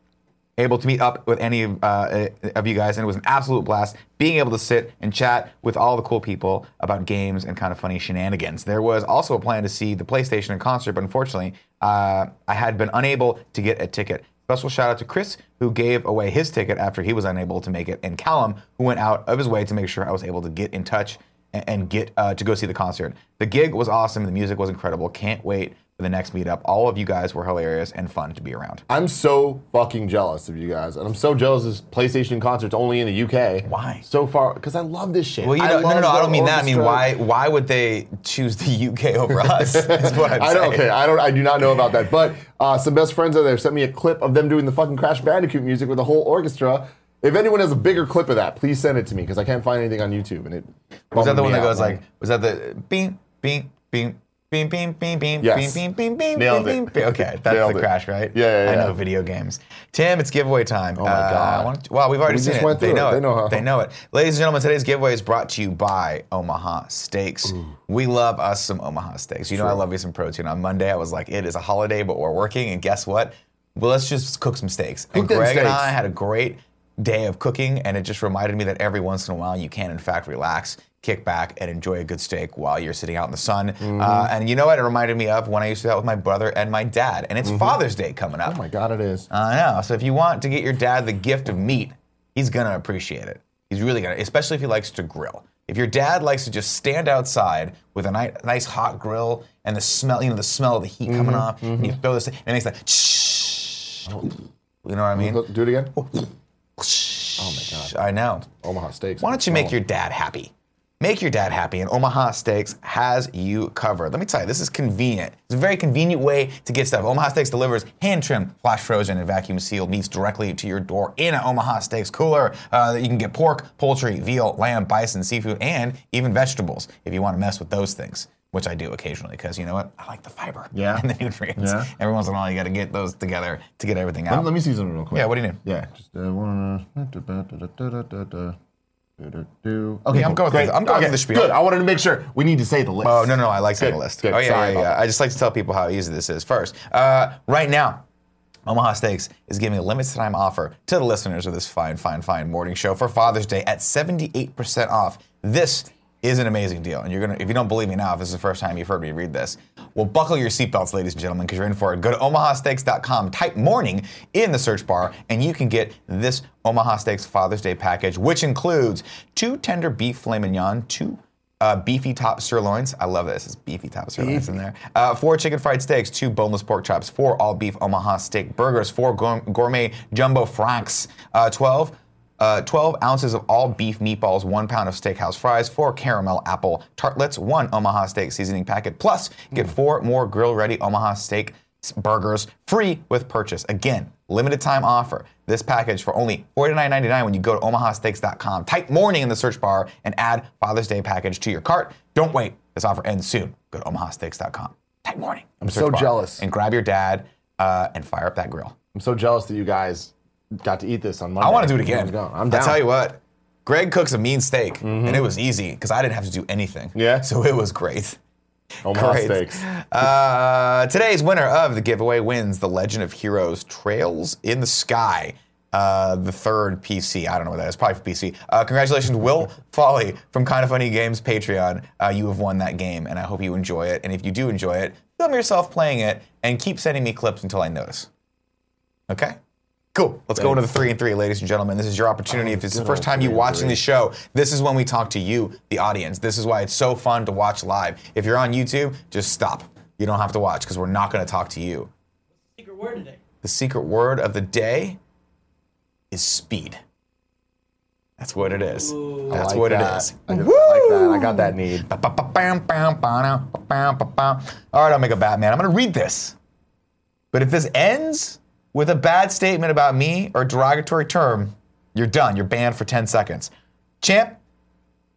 Speaker 1: able to meet up with any of, uh, of you guys, and it was an absolute blast being able to sit and chat with all the cool people about games and kind of funny shenanigans. There was also a plan to see the PlayStation in concert, but unfortunately, uh, I had been unable to get a ticket. Special shout out to Chris, who gave away his ticket after he was unable to make it, and Callum, who went out of his way to make sure I was able to get in touch and, and get uh, to go see the concert. The gig was awesome, the music was incredible. Can't wait for the next meetup. All of you guys were hilarious and fun to be around.
Speaker 2: I'm so fucking jealous of you guys, and I'm so jealous this PlayStation concert's only in the UK.
Speaker 1: Why?
Speaker 2: So far, because I love this shit.
Speaker 1: Well, you
Speaker 2: I
Speaker 1: know, no, no,
Speaker 2: love
Speaker 1: no, I
Speaker 2: the
Speaker 1: don't mean that. I mean,
Speaker 2: orchestra.
Speaker 1: why? Why would they choose the UK over us? Is what I'm
Speaker 2: I
Speaker 1: saying.
Speaker 2: don't. Okay, I don't. I do not know about that. But uh, some best friends out there sent me a clip of them doing the fucking Crash Bandicoot music with the whole orchestra. If anyone has a bigger clip of that, please send it to me because I can't find anything on YouTube. And it
Speaker 1: Was that the one
Speaker 2: bummed me
Speaker 1: that
Speaker 2: out,
Speaker 1: goes like? Was that the beep beep beep? Beam, beam, beam, beam,
Speaker 2: Yes.
Speaker 1: beam, beam, beam, beam,
Speaker 2: Nailed
Speaker 1: beam,
Speaker 2: it.
Speaker 1: beam. Okay, that's
Speaker 2: Nailed
Speaker 1: the
Speaker 2: it.
Speaker 1: crash, right?
Speaker 2: Yeah, yeah,
Speaker 1: I know
Speaker 2: yeah.
Speaker 1: video games. Tim, it's giveaway time. Oh
Speaker 2: my God.
Speaker 1: wow, we've already
Speaker 2: We
Speaker 1: seen
Speaker 2: just
Speaker 1: it.
Speaker 2: went
Speaker 1: they
Speaker 2: through
Speaker 1: know
Speaker 2: it.
Speaker 1: it.
Speaker 2: They know how.
Speaker 1: They know it. Ladies and gentlemen, today's giveaway is brought to you by Omaha Steaks. We love us some Omaha Steaks. You know, I love you some protein. On Monday, I was like, it is a holiday, but we're working, and guess what? Well, let's just cook some steaks. And
Speaker 2: them
Speaker 1: Greg and
Speaker 2: steaks.
Speaker 1: I had a great day of cooking, and it just reminded me that every once in a while you can, in fact, relax, kick back, and enjoy a good steak while you're sitting out in the sun.
Speaker 2: Mm-hmm.
Speaker 1: Uh, and you know what? It reminded me of when I used to do that with my brother and my dad. And it's Father's Day coming up.
Speaker 2: Mm-hmm. Oh my god, it is.
Speaker 1: I know. So if you want to get your dad the gift of meat, he's gonna appreciate it. He's really gonna, especially if he likes to grill. If your dad likes to just stand outside with a ni- nice hot grill and the smell, you know, the smell of the heat
Speaker 2: Mm-hmm.
Speaker 1: coming off, and you throw this, and it makes that. You know what I mean?
Speaker 2: Look, do it again.
Speaker 1: Oh my god! I know.
Speaker 2: Omaha Steaks.
Speaker 1: Why don't you make your dad happy? Make your dad happy, and Omaha Steaks has you covered. Let me tell you, this is convenient. It's a very convenient way to get stuff. Omaha Steaks delivers hand trimmed, flash frozen, and vacuum sealed meats directly to your door in an Omaha Steaks cooler. Uh, you can get pork, poultry, veal, lamb, bison, seafood, and even vegetables if you want to mess with those things, which I do occasionally because you know what? I like the fiber
Speaker 2: Yeah.
Speaker 1: and the nutrients.
Speaker 2: Yeah.
Speaker 1: Every once in a while, you got to get those together to get everything out.
Speaker 2: Let, let me see something real quick.
Speaker 1: yeah, what do you need?
Speaker 2: Yeah, just uh, wanna- do-do-do-do-do-do. Okay,
Speaker 1: Yeah, I'm
Speaker 2: cool.
Speaker 1: going with
Speaker 2: Great.
Speaker 1: it. I'm going
Speaker 2: okay,
Speaker 1: with the spiel.
Speaker 2: Good. I wanted to make sure we need to say the list.
Speaker 1: Oh no, no, I like saying the
Speaker 2: Good,
Speaker 1: list.
Speaker 2: good.
Speaker 1: Oh yeah,
Speaker 2: Sorry
Speaker 1: yeah,
Speaker 2: about
Speaker 1: yeah. I just like to tell people how easy this is. First, uh, right now, Omaha Steaks is giving a limited time offer to the listeners of this fine, fine, fine morning show for Father's Day at 78% off. This is an amazing deal, and you're gonna. If you don't believe me now, if this is the first time you've heard me read this, well, buckle your seatbelts, ladies and gentlemen, because you're in for it. Go to omahasteaks.com, type "morning" in the search bar, and you can get this Omaha Steaks Father's Day package, which includes two tender beef filet mignon, two uh, beefy top sirloins. I love this. It's beefy top sirloins in there. Uh, four chicken fried steaks, two boneless pork chops, four all beef Omaha steak burgers, four gour- gourmet jumbo franks, uh, 12, uh, 12 ounces of all beef meatballs, one pound of steakhouse fries, four caramel apple tartlets, one Omaha steak seasoning packet, plus get four more grill ready Omaha steak s- burgers free with purchase. Again, limited time offer. This package for only $49.99 when you go to omahasteaks.com. Type morning in the search bar and add Father's Day package to your cart. Don't wait. This offer ends soon. Go to omahasteaks.com. Type morning. I'm
Speaker 2: so jealous.
Speaker 1: And grab your dad uh, and fire up that grill.
Speaker 2: I'm so jealous that you guys got to eat this on Monday.
Speaker 1: I want to do it again.
Speaker 2: Everyone's gone. I'm down. Mm-hmm.
Speaker 1: will tell you what. Greg cooks a mean steak, and it was easy because I didn't have to do anything.
Speaker 2: Yeah?
Speaker 1: So it was great.
Speaker 2: Omaha
Speaker 1: Great.
Speaker 2: Steaks.
Speaker 1: Uh, today's winner of the giveaway wins the Legend of Heroes Trails in the Sky, uh, the third PC. I don't know what that is. Probably for PC. Uh, congratulations, Will Folly from Kind of Funny Games Patreon. Uh, you have won that game, and I hope you enjoy it. And if you do enjoy it, film yourself playing it, and keep sending me clips until I notice. Okay? Cool. Let's go into the three and three, ladies and gentlemen. This is your opportunity. if it's the first time you watching the show, this is when we talk to you, the audience. This is why it's so fun to watch live. If you're on YouTube, just stop. You don't have to watch because we're not going to talk to you.
Speaker 3: Secret word today.
Speaker 1: The secret word of the day is speed. That's what it is. That's
Speaker 2: I like
Speaker 1: what
Speaker 2: that.
Speaker 1: it is.
Speaker 2: I, just, I like that. I got that need.
Speaker 1: All right, I'll make a Batman. I'm going to read this. But if this ends with a bad statement about me or derogatory term, you're done. You're banned for 10 seconds. Champ,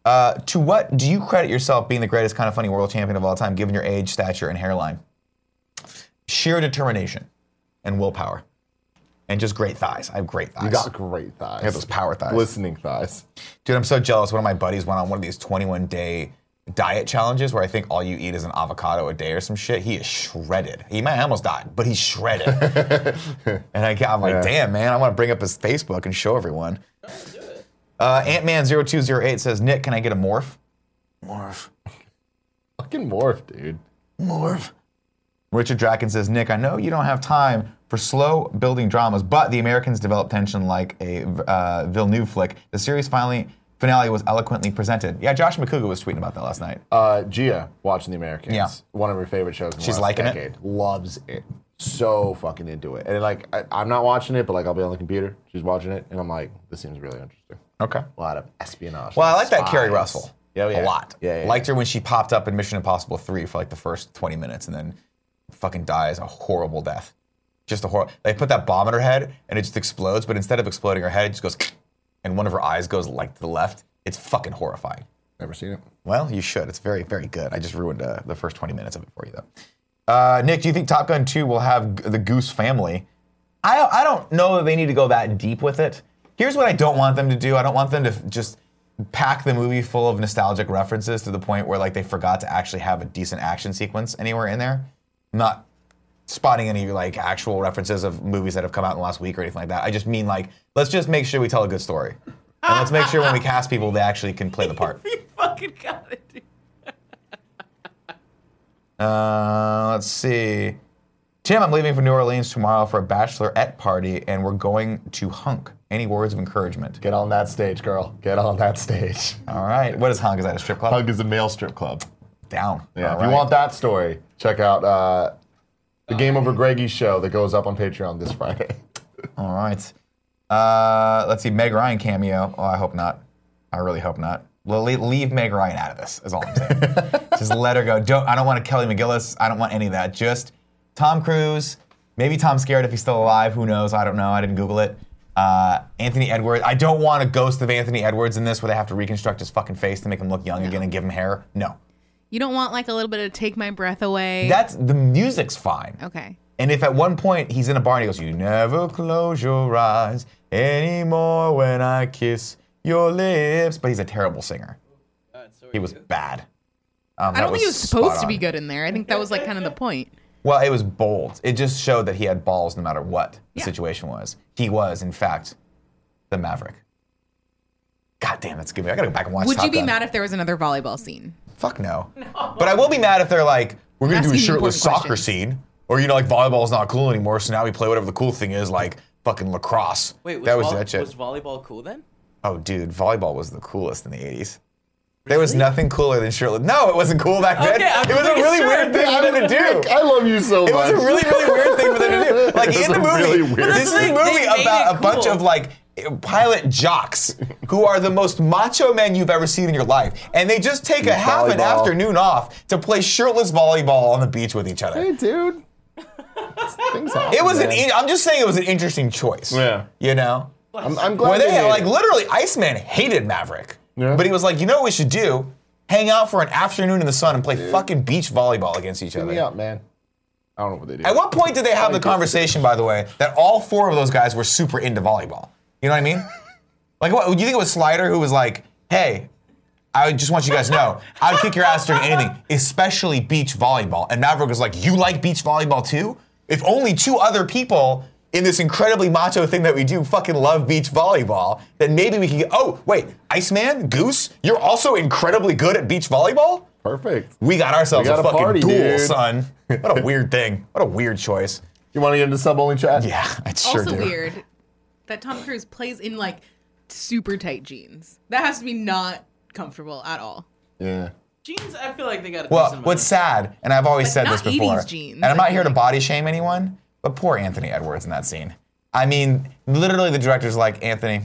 Speaker 1: uh, to what do you credit yourself being the greatest kind of funny world champion of all time, given your age, stature, and hairline? Sheer determination and willpower. And just great thighs. I have great thighs.
Speaker 2: You got great thighs.
Speaker 1: I have those power thighs.
Speaker 2: Listening thighs.
Speaker 1: Dude, I'm so jealous. One of my buddies went on one of these 21 day diet challenges where I think all you eat is an avocado a day or some shit. He is shredded. He might almost died, but he's shredded. and I, am like, damn, man, I want to bring up his Facebook and show everyone. Uh, Ant Man 0208 says, Nick, can I get a morph? Morph.
Speaker 2: Fucking morph, dude.
Speaker 1: Morph. Richard Draken says, Nick, I know you don't have time for slow building dramas, but the Americans develop tension like a uh, Villeneuve flick. The series finally finale was eloquently presented. Yeah, Josh McCougar was tweeting about that last night.
Speaker 2: Uh, Gia watching The Americans.
Speaker 1: Yeah.
Speaker 2: One of her favorite shows. In the
Speaker 1: She's
Speaker 2: last
Speaker 1: liking it?
Speaker 2: decade. Loves it. So fucking into it. And like, I, I'm not watching it, but like, I'll be on the computer. She's watching it, and I'm like, this seems really interesting.
Speaker 1: Okay.
Speaker 2: A lot of espionage.
Speaker 1: Well, I like that
Speaker 2: spies.
Speaker 1: Carrie Russell
Speaker 2: Yeah, oh, yeah.
Speaker 1: a lot.
Speaker 2: Yeah, yeah,
Speaker 1: Liked
Speaker 2: yeah.
Speaker 1: her when she popped up in Mission Impossible 3 for like the first 20 minutes and then fucking dies a horrible death. Just a horrible. They put that bomb in her head and it just explodes, but instead of exploding her head, it just goes and one of her eyes goes like to the left. It's fucking horrifying.
Speaker 2: Never seen it.
Speaker 1: Well, you should. It's very, very good. I just ruined uh, the first 20 minutes of it for you, though. Uh, Nick, do you think Top Gun 2 will have g- the Goose family? I, I don't know that they need to go that deep with it. Here's what I don't want them to do I don't want them to f- just pack the movie full of nostalgic references to the point where like they forgot to actually have a decent action sequence anywhere in there. I'm not spotting any like actual references of movies that have come out in the last week or anything like that. I just mean like let's just make sure we tell a good story. And let's make sure when we cast people they actually can play the part.
Speaker 3: You fucking got it, dude.
Speaker 1: Uh, let's see. Tim, I'm leaving for New Orleans tomorrow for a bachelorette party, and we're going to hunk. Any words of encouragement?
Speaker 2: Get on that stage, girl. Get on that stage.
Speaker 1: All right. What is hunk? Is that a strip club?
Speaker 2: Hug is a male strip club.
Speaker 1: Down.
Speaker 2: Yeah,
Speaker 1: All
Speaker 2: if you
Speaker 1: right.
Speaker 2: want that story, check out uh, the Game Over Greggy show that goes up on Patreon this Friday.
Speaker 1: All right. Uh, let's see. Meg Ryan cameo. Oh, I hope not. I really hope not. Le- le- leave Meg Ryan out of this. Is all I'm saying. Just let her go. Don't. I don't want a Kelly McGillis. I don't want any of that. Just Tom Cruise. Maybe Tom Scared if he's still alive. Who knows? I don't know. I didn't Google it. Uh, Anthony Edwards. I don't want a ghost of Anthony Edwards in this where they have to reconstruct his fucking face to make him look young again and give him hair. No.
Speaker 8: You don't want like a little bit of take my breath away.
Speaker 1: That's the music's fine.
Speaker 8: okay.
Speaker 1: And if at one point he's in a bar and he goes, You never close your eyes anymore when I kiss your lips. But he's a terrible singer. He was bad. Um,
Speaker 8: I
Speaker 1: that
Speaker 8: don't think it was
Speaker 1: spot
Speaker 8: supposed to be
Speaker 1: on.
Speaker 8: good in there. I think that was like kind of the point.
Speaker 1: Well, it was bold. It just showed that he had balls no matter what the
Speaker 8: Yeah.
Speaker 1: situation was. He was, in fact, the Maverick. God damn, that's a good. movie. I gotta go back and watch
Speaker 8: Would
Speaker 1: Top
Speaker 8: you be
Speaker 1: Gun.
Speaker 8: mad if there was another volleyball scene?
Speaker 1: Fuck no. But I will be mad if they're like, we're gonna do a
Speaker 8: Asking
Speaker 1: shirtless
Speaker 8: important
Speaker 1: soccer
Speaker 8: questions.
Speaker 1: scene, or you know, like volleyball's not cool anymore, so now we play whatever the cool thing is, like fucking lacrosse.
Speaker 3: Wait, was,
Speaker 1: that was
Speaker 3: vol-
Speaker 1: that shit.
Speaker 3: was volleyball cool then?
Speaker 1: oh, dude, volleyball was the coolest in the '80s. There was nothing cooler than shirtless. No, it wasn't cool back then.
Speaker 3: Okay, I'm
Speaker 1: it was a
Speaker 3: pretty
Speaker 1: really
Speaker 3: sure.
Speaker 1: weird thing for them to do.
Speaker 2: I love you so
Speaker 1: It was
Speaker 2: much.
Speaker 1: a really, really weird thing for them to do. Like
Speaker 2: It's
Speaker 1: in the
Speaker 2: a
Speaker 1: movie,
Speaker 2: really weird
Speaker 1: this is a
Speaker 3: thing.
Speaker 1: movie
Speaker 3: They made
Speaker 1: about
Speaker 3: it
Speaker 1: a bunch
Speaker 3: cool.
Speaker 1: of like pilot jocks who are the most macho men you've ever seen in your life, and they just take a half an
Speaker 2: volleyball.
Speaker 1: afternoon off to play shirtless volleyball on the beach with each
Speaker 2: hey,
Speaker 1: other.
Speaker 2: dude. Things happen.
Speaker 1: It was an.
Speaker 2: man.
Speaker 1: in- I'm just saying it was an interesting choice.
Speaker 2: Yeah.
Speaker 1: You know.
Speaker 2: I'm, I'm glad
Speaker 1: Where
Speaker 2: they
Speaker 1: they
Speaker 2: made
Speaker 1: like
Speaker 2: it.
Speaker 1: literally Iceman hated Maverick,
Speaker 2: Yeah.
Speaker 1: but he was like, you know what we should do? Hang out for an afternoon in the sun and play fucking beach volleyball against each
Speaker 2: Hit
Speaker 1: other.
Speaker 2: me up, man. I don't know what they do.
Speaker 1: At what point did they have the conversation, by the way, that all four of those guys were super into volleyball? You know what I mean? Like, what, do you think it was Slider who was like, hey, I just want you guys to know, I'd kick your ass during anything, especially beach volleyball. And Maverick was like, you like beach volleyball too? If only two other people in this incredibly macho thing that we do fucking love beach volleyball, then maybe we can get, oh, wait, Iceman, Goose, you're also incredibly good at beach volleyball?
Speaker 2: Perfect.
Speaker 1: We got ourselves
Speaker 2: We got
Speaker 1: a
Speaker 2: a
Speaker 1: fucking
Speaker 2: party,
Speaker 1: duel,
Speaker 2: dude.
Speaker 1: son. What a weird thing. What a weird choice.
Speaker 2: You want to get into sub only chat?
Speaker 1: Yeah, I sure
Speaker 8: also
Speaker 1: do.
Speaker 8: weird that Tom Cruise plays in like super tight jeans. That has to be not comfortable at all.
Speaker 2: Yeah.
Speaker 3: Jeans, I feel like they got a
Speaker 1: Well,
Speaker 3: decent amount.
Speaker 1: what's sad, and I've always
Speaker 8: But
Speaker 1: said this
Speaker 8: not
Speaker 1: before,
Speaker 8: 80s jeans,
Speaker 1: and I'm
Speaker 8: I
Speaker 1: not here
Speaker 8: feel
Speaker 1: to
Speaker 8: like.
Speaker 1: body shame anyone, but poor Anthony Edwards in that scene. I mean, literally, the director's like, Anthony,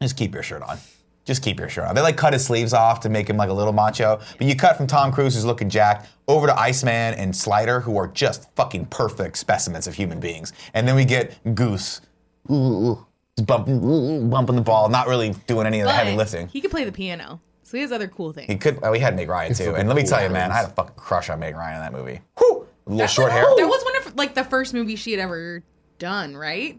Speaker 1: just keep your shirt on. Just keep your shirt on. They like cut his sleeves off to make him like a little macho, but you cut from Tom Cruise, who's looking jacked, over to Iceman and Slider, who are just fucking perfect specimens of human beings, and then we get Goose, ooh, ooh, just bumping, ooh, ooh, bumping the ball, not really doing any of the heavy
Speaker 8: But
Speaker 1: lifting.
Speaker 8: He could play the piano, so he has other cool things.
Speaker 1: He could. Oh, he had Meg Ryan too. And let me
Speaker 2: cool
Speaker 1: tell you, man, I had a fucking crush on Meg Ryan in that movie. Whew! Little short hair.
Speaker 8: That was one of like the first movie she had ever done, right?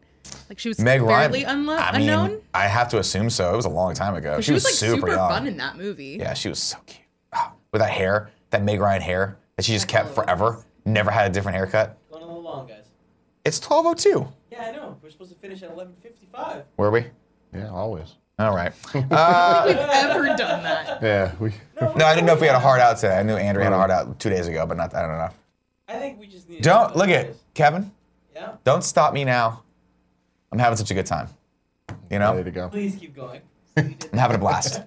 Speaker 8: Like she was
Speaker 1: Meg Ryan.
Speaker 8: fairly unlo-
Speaker 1: I mean,
Speaker 8: unknown.
Speaker 1: I have to assume so. It was a long time ago.
Speaker 8: But
Speaker 1: She, was,
Speaker 8: like
Speaker 1: super, young.
Speaker 8: fun in that movie.
Speaker 1: yeah, she was so cute. Ah, with that hair, that Meg Ryan hair that she just kept forever. Never had a different haircut.
Speaker 3: Going a little long, guys.
Speaker 1: It's 12:02.
Speaker 3: Yeah, I know. We're supposed to finish at 11:55.
Speaker 1: Were we?
Speaker 2: Yeah, always.
Speaker 1: All right. Uh,
Speaker 8: We've ever done that.
Speaker 2: Yeah, we.
Speaker 1: no, I didn't know if we had a hard out today. I knew Andrew had a hard out two days ago, but not. I don't know.
Speaker 3: I think we just need.
Speaker 1: Don't look at Kevin.
Speaker 3: Yeah.
Speaker 1: Don't stop me now. I'm having such a good time. You know.
Speaker 2: Ready to go.
Speaker 3: Please keep going.
Speaker 1: I'm having a blast.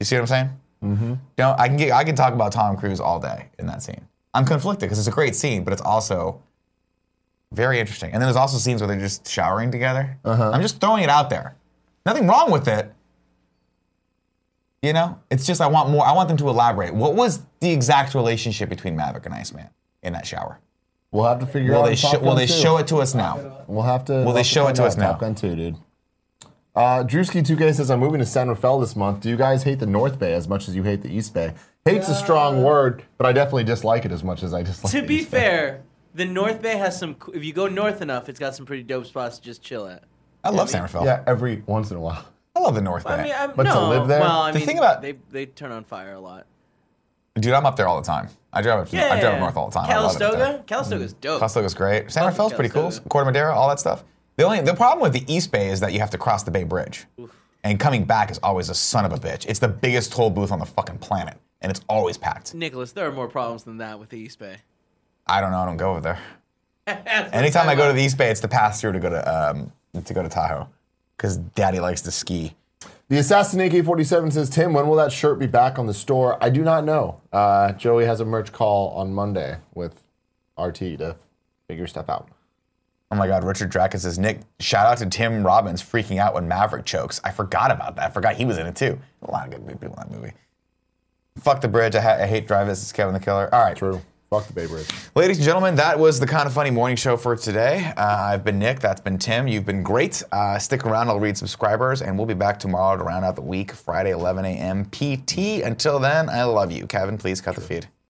Speaker 1: You see what I'm saying? Mm-hmm. You know, I can get, I can talk about Tom Cruise all day in that scene. I'm conflicted because it's a great scene, but it's also very interesting. And then there's also scenes where they're just showering together.
Speaker 2: Uh-huh.
Speaker 1: I'm just throwing it out there. Nothing wrong with it. You know, it's just I want more. I want them to elaborate. What was the exact relationship between Maverick and Iceman in that shower?
Speaker 2: We'll have to figure
Speaker 1: Will
Speaker 2: out.
Speaker 1: they show, will they show it to us now?
Speaker 2: We'll have to. Will
Speaker 1: they show it to us now?
Speaker 2: Top Gun 2, dude. Uh, Drewski2K says, I'm moving to San Rafael this month. Do you guys hate the North Bay as much as you hate the East Bay? Hate's a strong word, but I definitely dislike it as much as I dislike
Speaker 3: Uh, To
Speaker 2: the
Speaker 3: be
Speaker 2: East Bay.
Speaker 3: fair, the North Bay has some. co- If you go north enough, it's got some pretty dope spots to just chill at.
Speaker 1: I love San Rafael.
Speaker 2: Yeah, every once in a while.
Speaker 1: I love the North Bay.
Speaker 3: I mean, I'm,
Speaker 2: But to
Speaker 3: no.
Speaker 2: live there?
Speaker 3: Well, I
Speaker 1: The
Speaker 3: mean,
Speaker 1: thing about-
Speaker 3: they they turn on fire a lot.
Speaker 1: Dude, I'm up there all the time. I drive up. To,
Speaker 3: Yeah.
Speaker 1: I drive up north all the time. I love it up there. Mm.
Speaker 3: Calistoga. Calistoga's dope.
Speaker 1: Costa's great. San
Speaker 3: Fucking
Speaker 1: Rafael's pretty cool.
Speaker 3: Calistoga.
Speaker 1: Corte Madera, all that stuff. The only the problem with the East Bay is that you have to cross the Bay Bridge, and coming back is always a son of a bitch. It's the biggest toll booth on the fucking planet, and it's always packed.
Speaker 3: Nicholas, there are more problems than that with the East Bay.
Speaker 1: I don't know. I don't go over there.
Speaker 3: That's what
Speaker 1: Anytime
Speaker 3: I'm
Speaker 1: I go to
Speaker 3: talking
Speaker 1: the East Bay, it's the pass through to go to um, to go to Tahoe, because Daddy likes to ski.
Speaker 2: The Assassin AK 47 says, Tim, when will that shirt be back on the store? I do not know. Uh, Joey has a merch call on Monday with RT to figure stuff out.
Speaker 1: Oh my God, Richard Draken says, Nick, shout out to Tim Robbins freaking out when Maverick chokes. I forgot about that. I forgot he was in it too. A lot of good people in that movie. Fuck the bridge. I, ha- I hate drivers. It's Kevin the Killer. All right.
Speaker 2: True. Fuck the Bay Bridge.
Speaker 1: Ladies and gentlemen, that was the kind of funny morning show for today. Uh, I've been Nick. That's been Tim. You've been great. Uh, stick around. I'll read subscribers, and we'll be back tomorrow to round out the week, Friday, 11 a.m. PT. Until then, I love you. Kevin, please cut the feed.